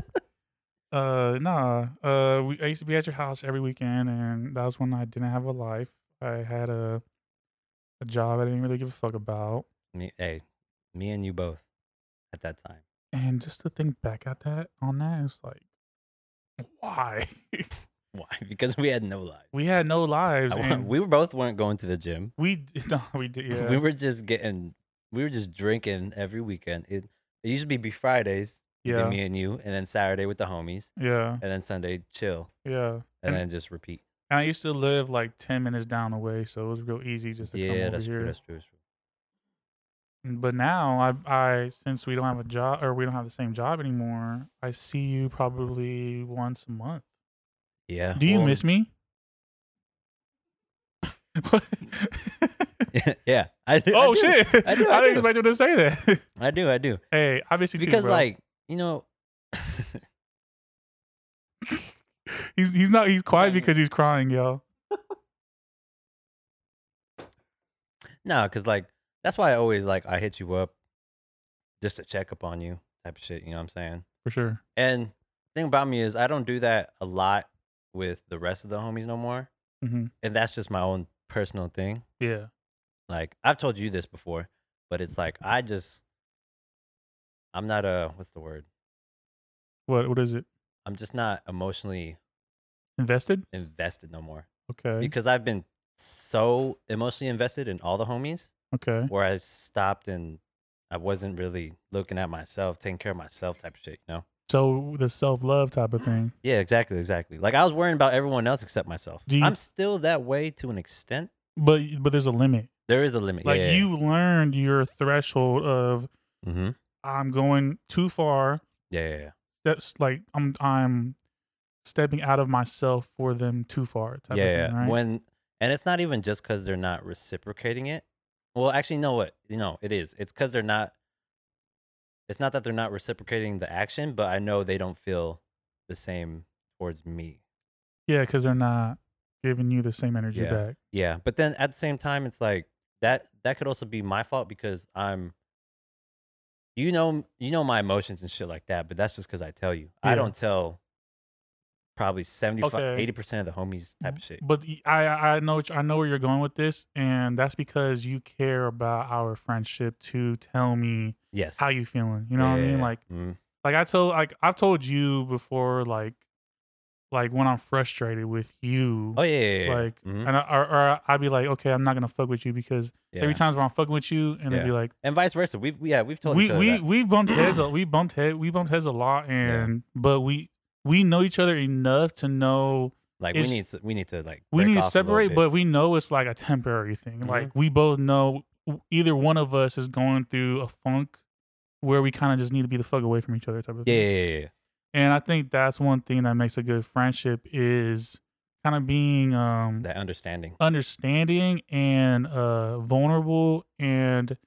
Speaker 2: uh, nah. Uh, we, I used to be at your house every weekend, and that was when I didn't have a life. I had a a job I didn't really give a fuck about.
Speaker 3: me, hey, me and you both at that time.
Speaker 2: And just to think back at that on that, it's like, why?
Speaker 3: Why? Because we had no life.
Speaker 2: we had no lives. and we
Speaker 3: We both weren't going to the gym.
Speaker 2: we no, we did yeah.
Speaker 3: We were just getting, we were just drinking every weekend. It, it used to be be Fridays, it'd be
Speaker 2: yeah,
Speaker 3: me and you, and then Saturday with the homies,
Speaker 2: yeah,
Speaker 3: and then Sunday chill,
Speaker 2: yeah.
Speaker 3: and
Speaker 2: And,
Speaker 3: then just repeat.
Speaker 2: and I used to live like ten minutes down the way, so it was real easy just to come
Speaker 3: Yeah,
Speaker 2: over
Speaker 3: that's
Speaker 2: here. Mm,
Speaker 3: true, that's true. That's true.
Speaker 2: But now I I since we don't have a job or we don't have the same job anymore, I see you probably once a month.
Speaker 3: Yeah.
Speaker 2: Do you
Speaker 3: well,
Speaker 2: miss me? What?
Speaker 3: yeah. I do,
Speaker 2: oh
Speaker 3: I do.
Speaker 2: shit! I,
Speaker 3: I do, I
Speaker 2: didn't
Speaker 3: do.
Speaker 2: expect you to say that.
Speaker 3: I do. I do.
Speaker 2: hey, I miss you too,
Speaker 3: Because
Speaker 2: bro.
Speaker 3: like you know,
Speaker 2: he's he's not he's quiet because he's crying, yo.
Speaker 3: no, because like that's why I always like I hit you up just to check up on you type of shit. You know what I'm saying?
Speaker 2: For sure.
Speaker 3: And thing about me is I don't do that a lot with the rest of the homies no more.
Speaker 2: hmm
Speaker 3: And that's just my own personal thing.
Speaker 2: Yeah.
Speaker 3: Like I've told you this before, but it's like I just I'm not a what's the word?
Speaker 2: What what is it?
Speaker 3: I'm just not emotionally
Speaker 2: Invested?
Speaker 3: invested no more.
Speaker 2: Okay.
Speaker 3: Because I've been so emotionally invested in all the homies
Speaker 2: okay.
Speaker 3: where I stopped and I wasn't really looking at myself, taking care of myself type of shit, you know?
Speaker 2: So the self love type of thing.
Speaker 3: Yeah, exactly, exactly. Like I was worrying about everyone else except myself.
Speaker 2: Do you-
Speaker 3: I'm still that way to an extent.
Speaker 2: But but there's a limit.
Speaker 3: There is a limit.
Speaker 2: Like you learned your threshold of
Speaker 3: hmm
Speaker 2: I'm going too far.
Speaker 3: Yeah, yeah, yeah.
Speaker 2: That's like I'm I'm stepping out of myself for them too far. Type
Speaker 3: yeah,
Speaker 2: of
Speaker 3: yeah.
Speaker 2: thing, right?
Speaker 3: When and it's not even just because they're not reciprocating it. Well, actually, no. What you know, it is. It's because they're not. It's not that they're not reciprocating the action, but I know they don't feel the same towards me.
Speaker 2: yeah, because they're not giving you the same energy
Speaker 3: Yeah.
Speaker 2: back.
Speaker 3: Yeah, but then at the same time, it's like that. That could also be my fault because I'm. You know, you know my emotions and shit like that, but that's just because I tell you.
Speaker 2: Yeah.
Speaker 3: I don't tell. Probably 75,
Speaker 2: Okay. Mm-hmm.
Speaker 3: 80 percent of the homies type of shit.
Speaker 2: But y- I I I know what you- I know where you're going with this, and that's because you care about our friendship to tell me
Speaker 3: Yes.
Speaker 2: how you feeling. You know what I mean?
Speaker 3: Yeah.
Speaker 2: Like
Speaker 3: Mhm.
Speaker 2: like I told like I've told you before like like when I'm frustrated with you.
Speaker 3: Oh yeah. yeah, yeah, yeah.
Speaker 2: Like
Speaker 3: Mhm.
Speaker 2: and I, or, or I'd be like, okay, I'm not gonna fuck with you because
Speaker 3: Yeah.
Speaker 2: every times when I'm fucking with you, and it'd be
Speaker 3: Yeah.
Speaker 2: like,
Speaker 3: and vice versa. We've yeah, we've told
Speaker 2: we
Speaker 3: each other
Speaker 2: we
Speaker 3: that.
Speaker 2: we bumped heads, a- we bumped head, we bumped heads a lot, and but we we know each other enough to know
Speaker 3: like we
Speaker 2: it's-
Speaker 3: need to, we need to like
Speaker 2: we
Speaker 3: break
Speaker 2: need to
Speaker 3: off a little
Speaker 2: separate,
Speaker 3: bit.
Speaker 2: but we know it's like a temporary thing.
Speaker 3: Mhm.
Speaker 2: Like we both know either one of us is going through a funk where we kind of just need to be the fuck away from each other type of
Speaker 3: yeah,
Speaker 2: thing.
Speaker 3: yeah, yeah, yeah.
Speaker 2: And I think that's one thing that makes a good friendship is kind of being um
Speaker 3: that understanding.
Speaker 2: understanding and uh vulnerable and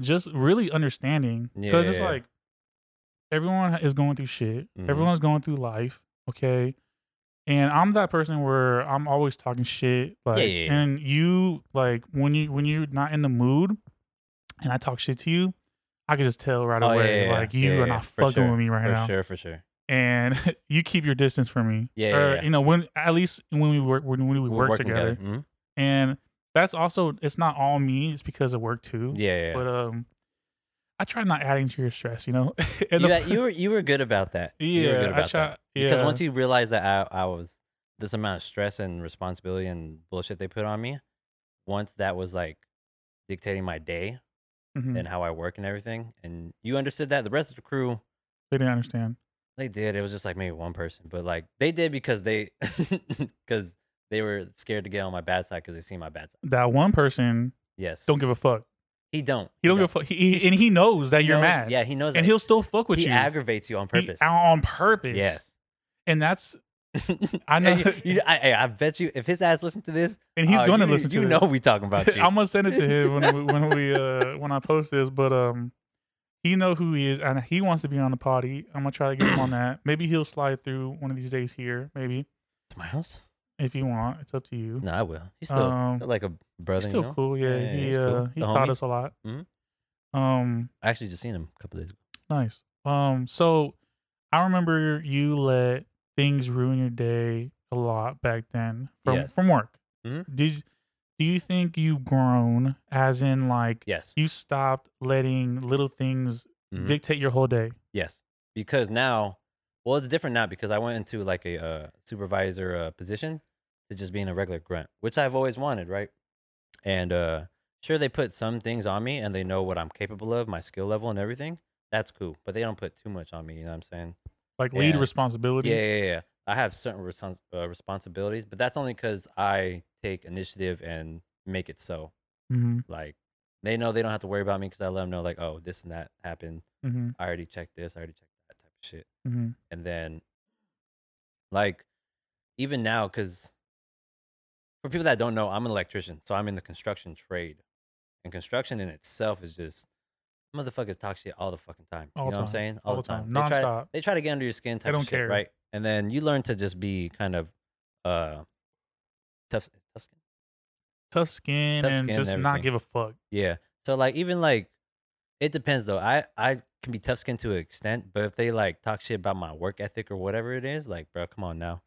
Speaker 2: just really understanding because it's
Speaker 3: Yeah.
Speaker 2: like everyone is going through shit
Speaker 3: Mhm.
Speaker 2: everyone's going through life okay and i'm that person where i'm always talking shit like
Speaker 3: yeah, yeah.
Speaker 2: and you like when you when you're not in the mood and i talk shit to you i can just tell right
Speaker 3: Oh,
Speaker 2: away
Speaker 3: yeah, yeah, yeah.
Speaker 2: like you
Speaker 3: Yeah,
Speaker 2: are
Speaker 3: yeah,
Speaker 2: not
Speaker 3: for
Speaker 2: fucking
Speaker 3: sure,
Speaker 2: with me right
Speaker 3: for
Speaker 2: now
Speaker 3: sure, for sure.
Speaker 2: and you keep your distance from me
Speaker 3: Yeah, yeah,
Speaker 2: or
Speaker 3: yeah.
Speaker 2: you know when at least when we work when we,
Speaker 3: We're
Speaker 2: work
Speaker 3: working
Speaker 2: together
Speaker 3: Mhm.
Speaker 2: and that's also it's not all me it's because of work too
Speaker 3: Yeah, yeah. yeah.
Speaker 2: but um i try not adding to your stress you know and
Speaker 3: you,
Speaker 2: the-
Speaker 3: had- you were you were good about that.
Speaker 2: yeah
Speaker 3: you were good
Speaker 2: i
Speaker 3: about
Speaker 2: try
Speaker 3: that.
Speaker 2: yeah
Speaker 3: Because once you realize that I, I was this amount of stress and responsibility and bullshit they put on me, once that was like dictating my day
Speaker 2: Mhm.
Speaker 3: and how I work and everything, and you understood that, the rest of the crew
Speaker 2: they didn't understand
Speaker 3: They did. It was just like maybe one person, but like they did because they because they were scared to get on my bad side because they seen my bad side.
Speaker 2: that one person
Speaker 3: Yes.
Speaker 2: don't give a fuck
Speaker 3: he don't.
Speaker 2: he don't give a fuck he, he- and he knows that
Speaker 3: He
Speaker 2: you're
Speaker 3: knows-
Speaker 2: mad
Speaker 3: Yeah, he knows.
Speaker 2: and
Speaker 3: that.
Speaker 2: he'll still fuck with
Speaker 3: he
Speaker 2: you
Speaker 3: aggravates you on
Speaker 2: He-
Speaker 3: purpose.
Speaker 2: on purpose
Speaker 3: yes.
Speaker 2: and that's i know
Speaker 3: you, you- I, I- I bet you if his ass listened to this,
Speaker 2: and he's
Speaker 3: uh,
Speaker 2: gonna
Speaker 3: you,
Speaker 2: listen
Speaker 3: You
Speaker 2: to
Speaker 3: know
Speaker 2: this.
Speaker 3: we talking about you.
Speaker 2: I'm gonna send it to him when we, when we uh when I post this, but um he know who he is and he wants to be on the potty. I'm gonna try to get him on that. Maybe he'll slide through one of these days here, maybe
Speaker 3: to my house?
Speaker 2: if you want. It's up to you.
Speaker 3: No, I will. He's still
Speaker 2: Um,
Speaker 3: like a brother.
Speaker 2: He's
Speaker 3: you
Speaker 2: still
Speaker 3: know?
Speaker 2: cool, yeah.
Speaker 3: Yeah,
Speaker 2: he
Speaker 3: he's cool.
Speaker 2: uh, he
Speaker 3: The
Speaker 2: taught
Speaker 3: homie.
Speaker 2: us a lot.
Speaker 3: Mhm.
Speaker 2: Um,
Speaker 3: I actually just seen him a couple days ago.
Speaker 2: nice. Um, so I remember you let things ruin your day a lot back then from
Speaker 3: Yes.
Speaker 2: from work.
Speaker 3: Mhm.
Speaker 2: Did do you think you've grown as in like
Speaker 3: Yes.
Speaker 2: you stopped letting little things
Speaker 3: Mhm.
Speaker 2: dictate your whole day.
Speaker 3: Yes, because now, well, it's different now because I went into like a uh, supervisor uh, position to just being a regular grunt, which I've always wanted, right? And uh, sure, they put some things on me and they know what I'm capable of, my skill level and everything. That's cool, but they don't put too much on me. You know what I'm saying?
Speaker 2: Like lead
Speaker 3: Yeah.
Speaker 2: responsibilities.
Speaker 3: Yeah, yeah, yeah. I have certain respons- uh, responsibilities, but that's only because I take initiative and make it so.
Speaker 2: Mm-hmm.
Speaker 3: Like they know they don't have to worry about me because I let them know, like, oh, this and that happened.
Speaker 2: Mm-hmm.
Speaker 3: I already checked this. I already checked that type of shit
Speaker 2: Mm-hmm.
Speaker 3: and then like even now because for people that don't know i'm an electrician so i'm in the construction trade and construction in itself is just motherfuckers talk shit all the fucking time
Speaker 2: All
Speaker 3: you know what
Speaker 2: the
Speaker 3: i'm
Speaker 2: time.
Speaker 3: saying
Speaker 2: All the time.
Speaker 3: They, try,
Speaker 2: Nonstop.
Speaker 3: they try to get under your skin type
Speaker 2: don't
Speaker 3: of shit,
Speaker 2: care.
Speaker 3: right and then you learn to just be kind of uh tough, tough skin
Speaker 2: Tough skin
Speaker 3: Tough
Speaker 2: and
Speaker 3: skin and
Speaker 2: just not
Speaker 3: everything.
Speaker 2: give a fuck.
Speaker 3: yeah. So like even like it depends though. I I can be tough skinned to an extent, but if they like talk shit about my work ethic or whatever it is, like bro, come on now.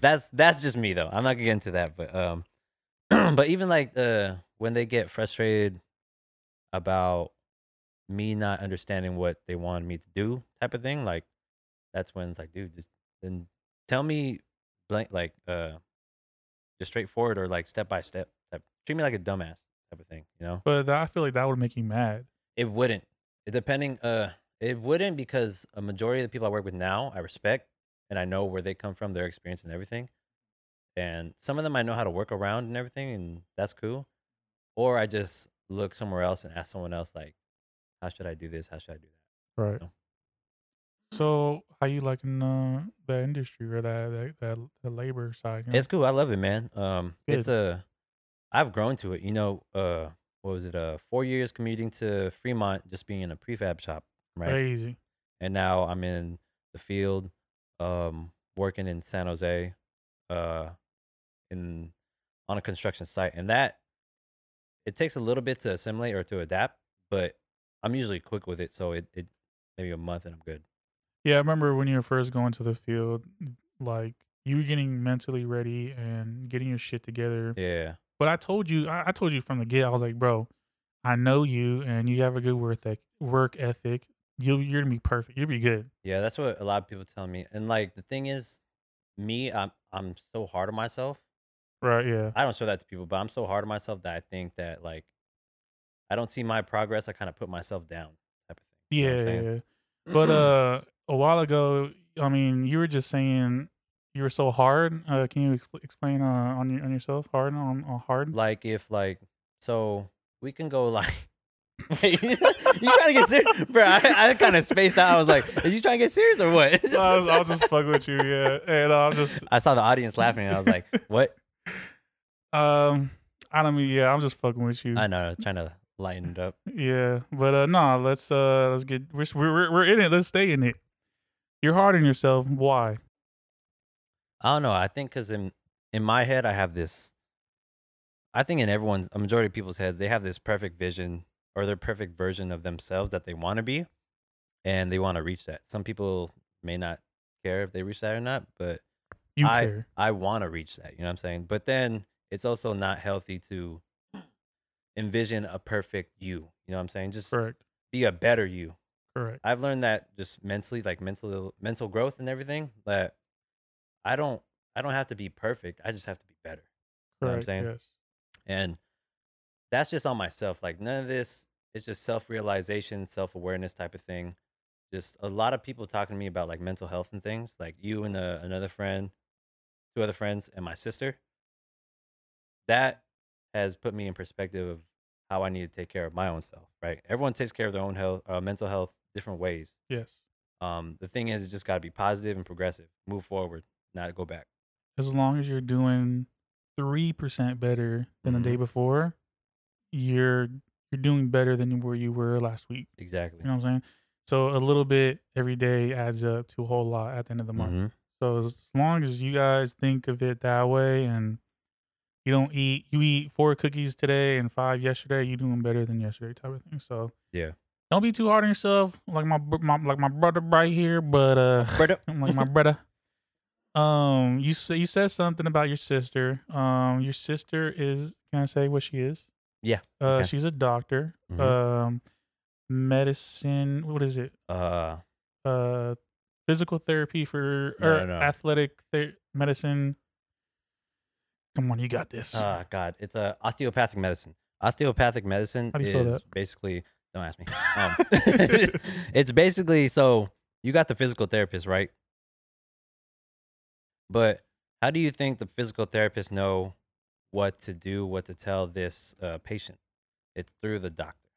Speaker 3: that's that's just me though. I'm not gonna get into that, but um, but even like uh when they get frustrated about me not understanding what they wanted me to do type of thing, like that's when it's like, dude, just then tell me blank like uh just straightforward or like step by step type treat me like a dumbass type of thing, you know?
Speaker 2: But that, I feel like that would make you mad.
Speaker 3: It wouldn't. It depending uh it wouldn't because a majority of the people I work with now I respect and I know where they come from, their experience and everything. And some of them I know how to work around and everything and that's cool. Or I just look somewhere else and ask someone else like, How should I do this? How should I do that?
Speaker 2: Right.
Speaker 3: No.
Speaker 2: So how you liking uh, that industry or that that, that, that labor side? you know?
Speaker 3: It's cool. I love it, man. Um it's a I've grown to it. You know, uh what was it? Uh four years commuting to Fremont just being in a prefab shop, right?
Speaker 2: crazy.
Speaker 3: and now I'm in the field, um, working in San Jose, uh, in on a construction site, and that it takes a little bit to assimilate or to adapt, but I'm usually quick with it, so it, it maybe a month and I'm good.
Speaker 2: Yeah, I remember when you were first going to the field, like you were getting mentally ready and getting your shit together.
Speaker 3: Yeah,
Speaker 2: But I told you, I, I told you from the get, I was like, bro, I know you and you have a good work ethic. Work ethic. You you're gonna be perfect. You'll be good.
Speaker 3: yeah, that's what a lot of people tell me, and like the thing is, me, I'm I'm so hard on myself.
Speaker 2: Right? Yeah.
Speaker 3: I don't show that to people, but I'm so hard on myself that I think that like I don't see my progress. I kind of put myself down, type of thing. you know what
Speaker 2: Yeah,
Speaker 3: I'm saying?
Speaker 2: yeah. But uh, a while ago, I mean, you were just saying you were so hard. Uh, can you expl- explain uh, on your, on yourself hard on, on hard?
Speaker 3: like if like so we can go like Wait, you trying to get serious, bro? I, I kind of spaced out. I was like, "Is you trying to get serious or what?"
Speaker 2: I was, I'll just fuck with you, yeah. And I'll just
Speaker 3: I saw the audience laughing, and I was like, "What?"
Speaker 2: um, I don't mean yeah. I'm just fucking with you.
Speaker 3: I know, I was trying to lighten it up.
Speaker 2: Yeah, but uh, nah. Let's uh, let's get we're we're we're in it. Let's stay in it. You're hard on yourself. Why?
Speaker 3: I don't know. I think because in in my head, I have this. I think in everyone's, a majority of people's heads, they have this perfect vision or their perfect version of themselves that they want to be, and they want to reach that. Some people may not care if they reach that or not, but
Speaker 2: You
Speaker 3: I,
Speaker 2: care.
Speaker 3: I want to reach that. You know what I'm saying? But then it's also not healthy to envision a perfect you. You know what I'm saying? Just
Speaker 2: Correct.
Speaker 3: be a better you.
Speaker 2: Correct.
Speaker 3: I've learned that just mentally, like mental mental growth and everything, that I don't I don't have to be perfect. I just have to be better. know what I'm
Speaker 2: Correct.
Speaker 3: saying?
Speaker 2: Yes.
Speaker 3: And that's just on myself. Like none of this it's just self-realization, self-awareness type of thing. Just a lot of people talking to me about like mental health and things, like you and uh another friend, two other friends and my sister. That has put me in perspective of how I need to take care of my own self, right? Everyone takes care of their own health, uh, mental health different ways.
Speaker 2: Yes.
Speaker 3: Um, the thing is, it's just got to be positive and progressive. Move forward, not go back.
Speaker 2: as long as you're doing three percent better than
Speaker 3: Mhm.
Speaker 2: the day before, you're you're doing better than where you were last week.
Speaker 3: Exactly.
Speaker 2: You know what I'm saying? So a little bit every day adds up to a whole lot at the end of the month.
Speaker 3: Mhm.
Speaker 2: So as long as you guys think of it that way and you don't eat you eat four cookies today and five yesterday, you're doing better than yesterday type of thing. So
Speaker 3: Yeah.
Speaker 2: Don't be too hard on yourself, like my, br- my like my brother right here, but uh
Speaker 3: Brother.
Speaker 2: I'm like my brother. Um, you s- you said something about your sister. Um, your sister is can I say what she is?
Speaker 3: Yeah, Mm-hmm.
Speaker 2: Uh,
Speaker 3: okay.
Speaker 2: she's a doctor.
Speaker 3: Mhm.
Speaker 2: Um, medicine. What is it?
Speaker 3: Uh,
Speaker 2: Uh, physical therapy for
Speaker 3: No,
Speaker 2: or
Speaker 3: no, no.
Speaker 2: athletic ther- medicine. Come on, you got this.
Speaker 3: oh God, it's a osteopathic medicine. Osteopathic medicine
Speaker 2: How do you spell
Speaker 3: is
Speaker 2: that?
Speaker 3: basically don't ask me. Um, it's basically so you got the physical therapist, right? But how do you think the physical therapists know what to do, what to tell this uh, patient? It's through the doctor.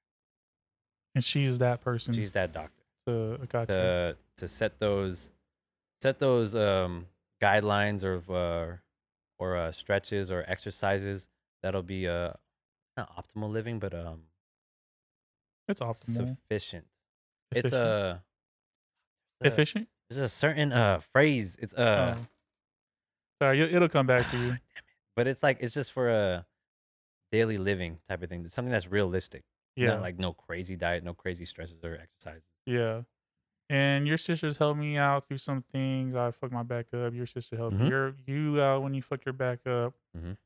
Speaker 2: and she's that person.
Speaker 3: She's that doctor.
Speaker 2: the I got you.
Speaker 3: to to set those set those um guidelines or uh, or uh, stretches or exercises that'll be uh not optimal living but um
Speaker 2: It's optimal.
Speaker 3: sufficient. It's
Speaker 2: Efficient.
Speaker 3: a it's a-
Speaker 2: efficient.
Speaker 3: There's a certain uh phrase. It's uh
Speaker 2: Oh. sorry, it- it'll come back to you.
Speaker 3: but it's like it's just for a daily living type of thing. Something that's realistic.
Speaker 2: Yeah,
Speaker 3: Not like no crazy diet, no crazy stresses or exercises.
Speaker 2: yeah. And your sisters helped me out through some things. I fucked my back up. Your sister helped
Speaker 3: Mhm.
Speaker 2: your you out when you fucked your back up
Speaker 3: Mhm.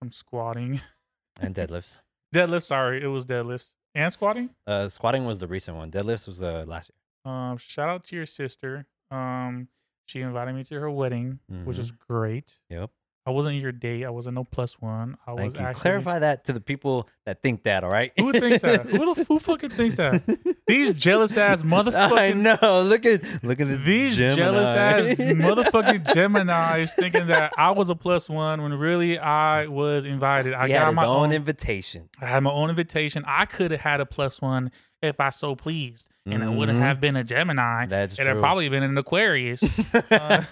Speaker 2: from squatting,
Speaker 3: And deadlifts.
Speaker 2: deadlifts. Sorry, it was deadlifts and squatting.
Speaker 3: Uh squatting was the recent one. Deadlifts was uh last year.
Speaker 2: Um, shout out to your sister. Um, she invited me to her wedding, which was great.
Speaker 3: Mm-hmm. Yep.
Speaker 2: I wasn't your date. I wasn't no plus one. I
Speaker 3: Thank
Speaker 2: was
Speaker 3: you.
Speaker 2: actually
Speaker 3: Clarify that to the people that think that. All right.
Speaker 2: Who thinks that? Who the- who fucking thinks that? These jealous-ass
Speaker 3: I
Speaker 2: motherfucking-
Speaker 3: know. Look at look at this.
Speaker 2: These jealous ass motherfucking Gemini's thinking that I was a plus one when really I was invited. I
Speaker 3: I
Speaker 2: got
Speaker 3: had his
Speaker 2: my
Speaker 3: own
Speaker 2: own.
Speaker 3: invitation.
Speaker 2: I had my own invitation. I could have had a plus one if I so pleased, and it wouldn't
Speaker 3: Mhm.
Speaker 2: have been a Gemini.
Speaker 3: That's
Speaker 2: It'd
Speaker 3: true.
Speaker 2: have probably been an Aquarius. Uh,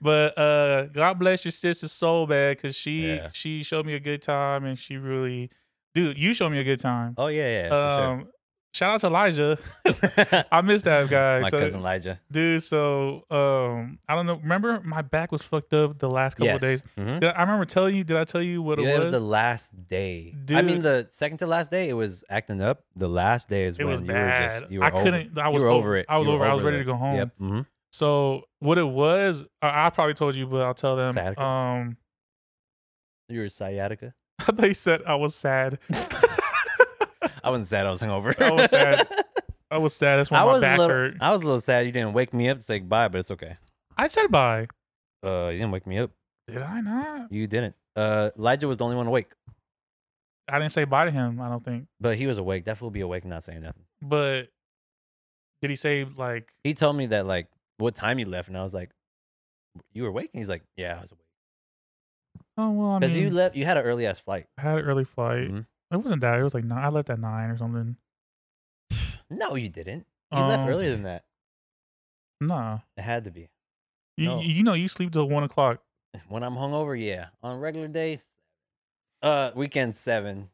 Speaker 2: but uh, God bless your sister so bad because she
Speaker 3: Yeah.
Speaker 2: she showed me a good time, and she really, dude, you showed me a good time.
Speaker 3: oh yeah, yeah. For
Speaker 2: um, shout out to Elijah.
Speaker 3: sure.
Speaker 2: I missed that guy.
Speaker 3: My
Speaker 2: So-
Speaker 3: cousin Elijah.
Speaker 2: dude so um i don't know remember my back was fucked up the last couple
Speaker 3: Yes.
Speaker 2: of days
Speaker 3: Mhm.
Speaker 2: did I, I remember telling you did i tell you what
Speaker 3: Yeah,
Speaker 2: it
Speaker 3: it
Speaker 2: was,
Speaker 3: was the last day. I mean,
Speaker 2: Dude.
Speaker 3: the second to last day, it was acting up. The last day is
Speaker 2: it
Speaker 3: when
Speaker 2: was
Speaker 3: you
Speaker 2: bad
Speaker 3: were just you were
Speaker 2: i
Speaker 3: over.
Speaker 2: couldn't i
Speaker 3: You
Speaker 2: was
Speaker 3: were over it.
Speaker 2: i was
Speaker 3: You were
Speaker 2: over, i was
Speaker 3: over
Speaker 2: ready
Speaker 3: it.
Speaker 2: to go home
Speaker 3: Yep. mhm.
Speaker 2: so what it was I, I probably told you but i'll tell them
Speaker 3: Sciatica?
Speaker 2: um
Speaker 3: You were sciatica.
Speaker 2: they said i was sad
Speaker 3: I wasn't sad. I was hungover.
Speaker 2: I was sad. i was sad that's why
Speaker 3: I
Speaker 2: my
Speaker 3: was a
Speaker 2: back
Speaker 3: little.
Speaker 2: hurt
Speaker 3: I was a little sad. You didn't wake me up to say goodbye, but it's okay.
Speaker 2: i said bye
Speaker 3: Uh, you didn't wake me up.
Speaker 2: did i not
Speaker 3: You didn't. Uh, Elijah was the only one awake,
Speaker 2: i didn't say bye to him i don't think
Speaker 3: but he was awake. That fool be awake and not saying nothing.
Speaker 2: but did he say like
Speaker 3: He told me that like what time you left, and I was like, "You were awake?" And he's like, "Yeah, I was awake."
Speaker 2: oh well i
Speaker 3: Because
Speaker 2: mean
Speaker 3: you left, you had an early ass flight.
Speaker 2: I had an early flight.
Speaker 3: Mhm.
Speaker 2: It wasn't that. It was like nine. I left at nine or something.
Speaker 3: No, you didn't. You left
Speaker 2: Um,
Speaker 3: earlier than that.
Speaker 2: Nah.
Speaker 3: It had to be.
Speaker 2: You,
Speaker 3: No.
Speaker 2: you know, you sleep till one o'clock.
Speaker 3: When I'm hungover, yeah. On regular days, uh, weekend seven.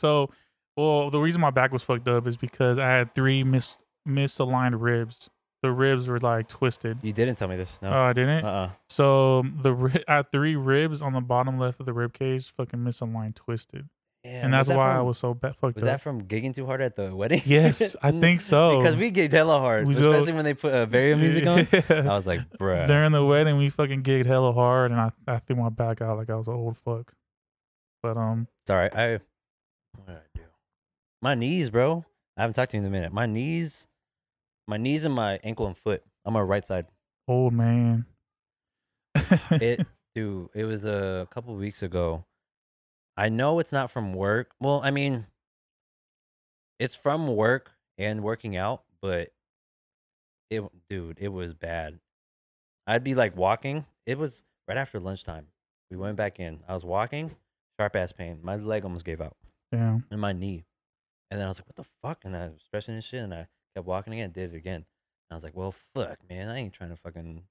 Speaker 2: So, well, the reason my back was fucked up is because I had three mis- misaligned ribs. The ribs were like twisted.
Speaker 3: You didn't tell me this.
Speaker 2: Oh,
Speaker 3: No.
Speaker 2: I didn't.
Speaker 3: Uh. uh
Speaker 2: so the ri- I had three ribs on the bottom left of the rib cage, fucking misaligned, twisted,
Speaker 3: Yeah.
Speaker 2: and
Speaker 3: was
Speaker 2: that's
Speaker 3: that
Speaker 2: why I
Speaker 3: from-
Speaker 2: was so ba- fucked
Speaker 3: Was
Speaker 2: up.
Speaker 3: that from gigging too hard at the wedding?
Speaker 2: yes, I think so.
Speaker 3: because we gigged hella hard,
Speaker 2: We so-
Speaker 3: especially when they put uh, barrier music on. I was like, bruh.
Speaker 2: During the wedding, we fucking gigged hella hard, and I, I threw my back out like I was an old fuck. But um,
Speaker 3: It's all right. I what did I do? My knees, bro. I haven't talked to you in a minute. My knees, my knees and my ankle and foot on my right side.
Speaker 2: old man.
Speaker 3: It, dude, it was a couple weeks ago. I know it's not from work. Well, I mean, it's from work and working out, but it, dude, it was bad. I'd be like walking. It was right after lunchtime. We went back in. I was walking, sharp ass pain. My leg almost gave out.
Speaker 2: Damn.
Speaker 3: in my knee. And then I was like, what the fuck? And I was stretching and shit and I kept walking again, did it again. And I was like, well, fuck, man. I ain't trying to fucking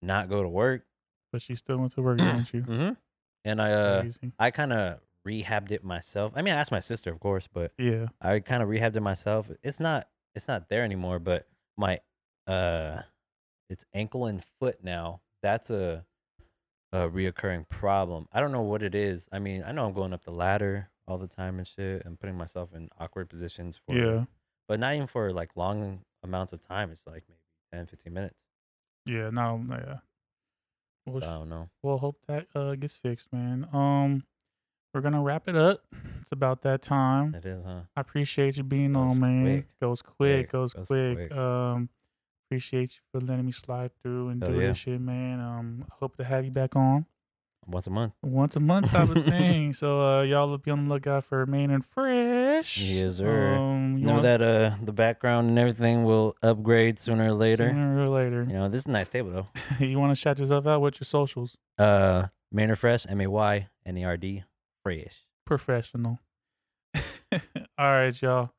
Speaker 3: not go to work.
Speaker 2: But she still went to work, didn't you?
Speaker 3: Mm-hmm. And I, uh,
Speaker 2: Crazy.
Speaker 3: I kind of rehabbed it myself. I mean, I asked my sister, of course, but
Speaker 2: Yeah.
Speaker 3: I kind of rehabbed it myself. It's not, it's not there anymore, but my, uh, it's ankle and foot now. That's a, a reoccurring problem. I don't know what it is. I mean, I know I'm going up the ladder all the time and shit and putting myself in awkward positions for
Speaker 2: Yeah.
Speaker 3: but not even for like long amounts of time. It's like maybe 10, 15 minutes.
Speaker 2: Yeah. No. Yeah. Well,
Speaker 3: I
Speaker 2: sh-
Speaker 3: don't know.
Speaker 2: well, hope that uh gets fixed, man. Um, we're gonna Um, wrap it up. It's about that time.
Speaker 3: That is, huh?
Speaker 2: I appreciate you being
Speaker 3: Goes
Speaker 2: on, man.
Speaker 3: quick.
Speaker 2: Goes quick,
Speaker 3: Quick,
Speaker 2: goes,
Speaker 3: goes
Speaker 2: quick.
Speaker 3: quick.
Speaker 2: Um, appreciate you for letting me slide through and
Speaker 3: Hell
Speaker 2: do
Speaker 3: yeah.
Speaker 2: this shit, man. Um, I hope to have you back on
Speaker 3: Once a month.
Speaker 2: once a month type of thing. So uh, y'all be on the lookout for Maine and Fresh.
Speaker 3: Yes, sir.
Speaker 2: Um, you
Speaker 3: Know
Speaker 2: want-
Speaker 3: that uh, the background and everything will upgrade sooner or later.
Speaker 2: Sooner or later.
Speaker 3: You know, this is a nice table though.
Speaker 2: you want to shout yourself out with your socials?
Speaker 3: Uh, Manor Fresh, M A Y N E R D, Fresh.
Speaker 2: Professional. All right, y'all.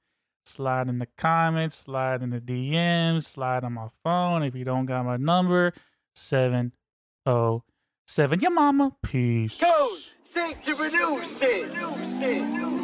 Speaker 2: Slide in the comments, slide in the DMs, slide on my phone if you don't got my number. 707. Your mama. Peace.
Speaker 1: Code, safe to renew, shit. Renew, shit. Renew,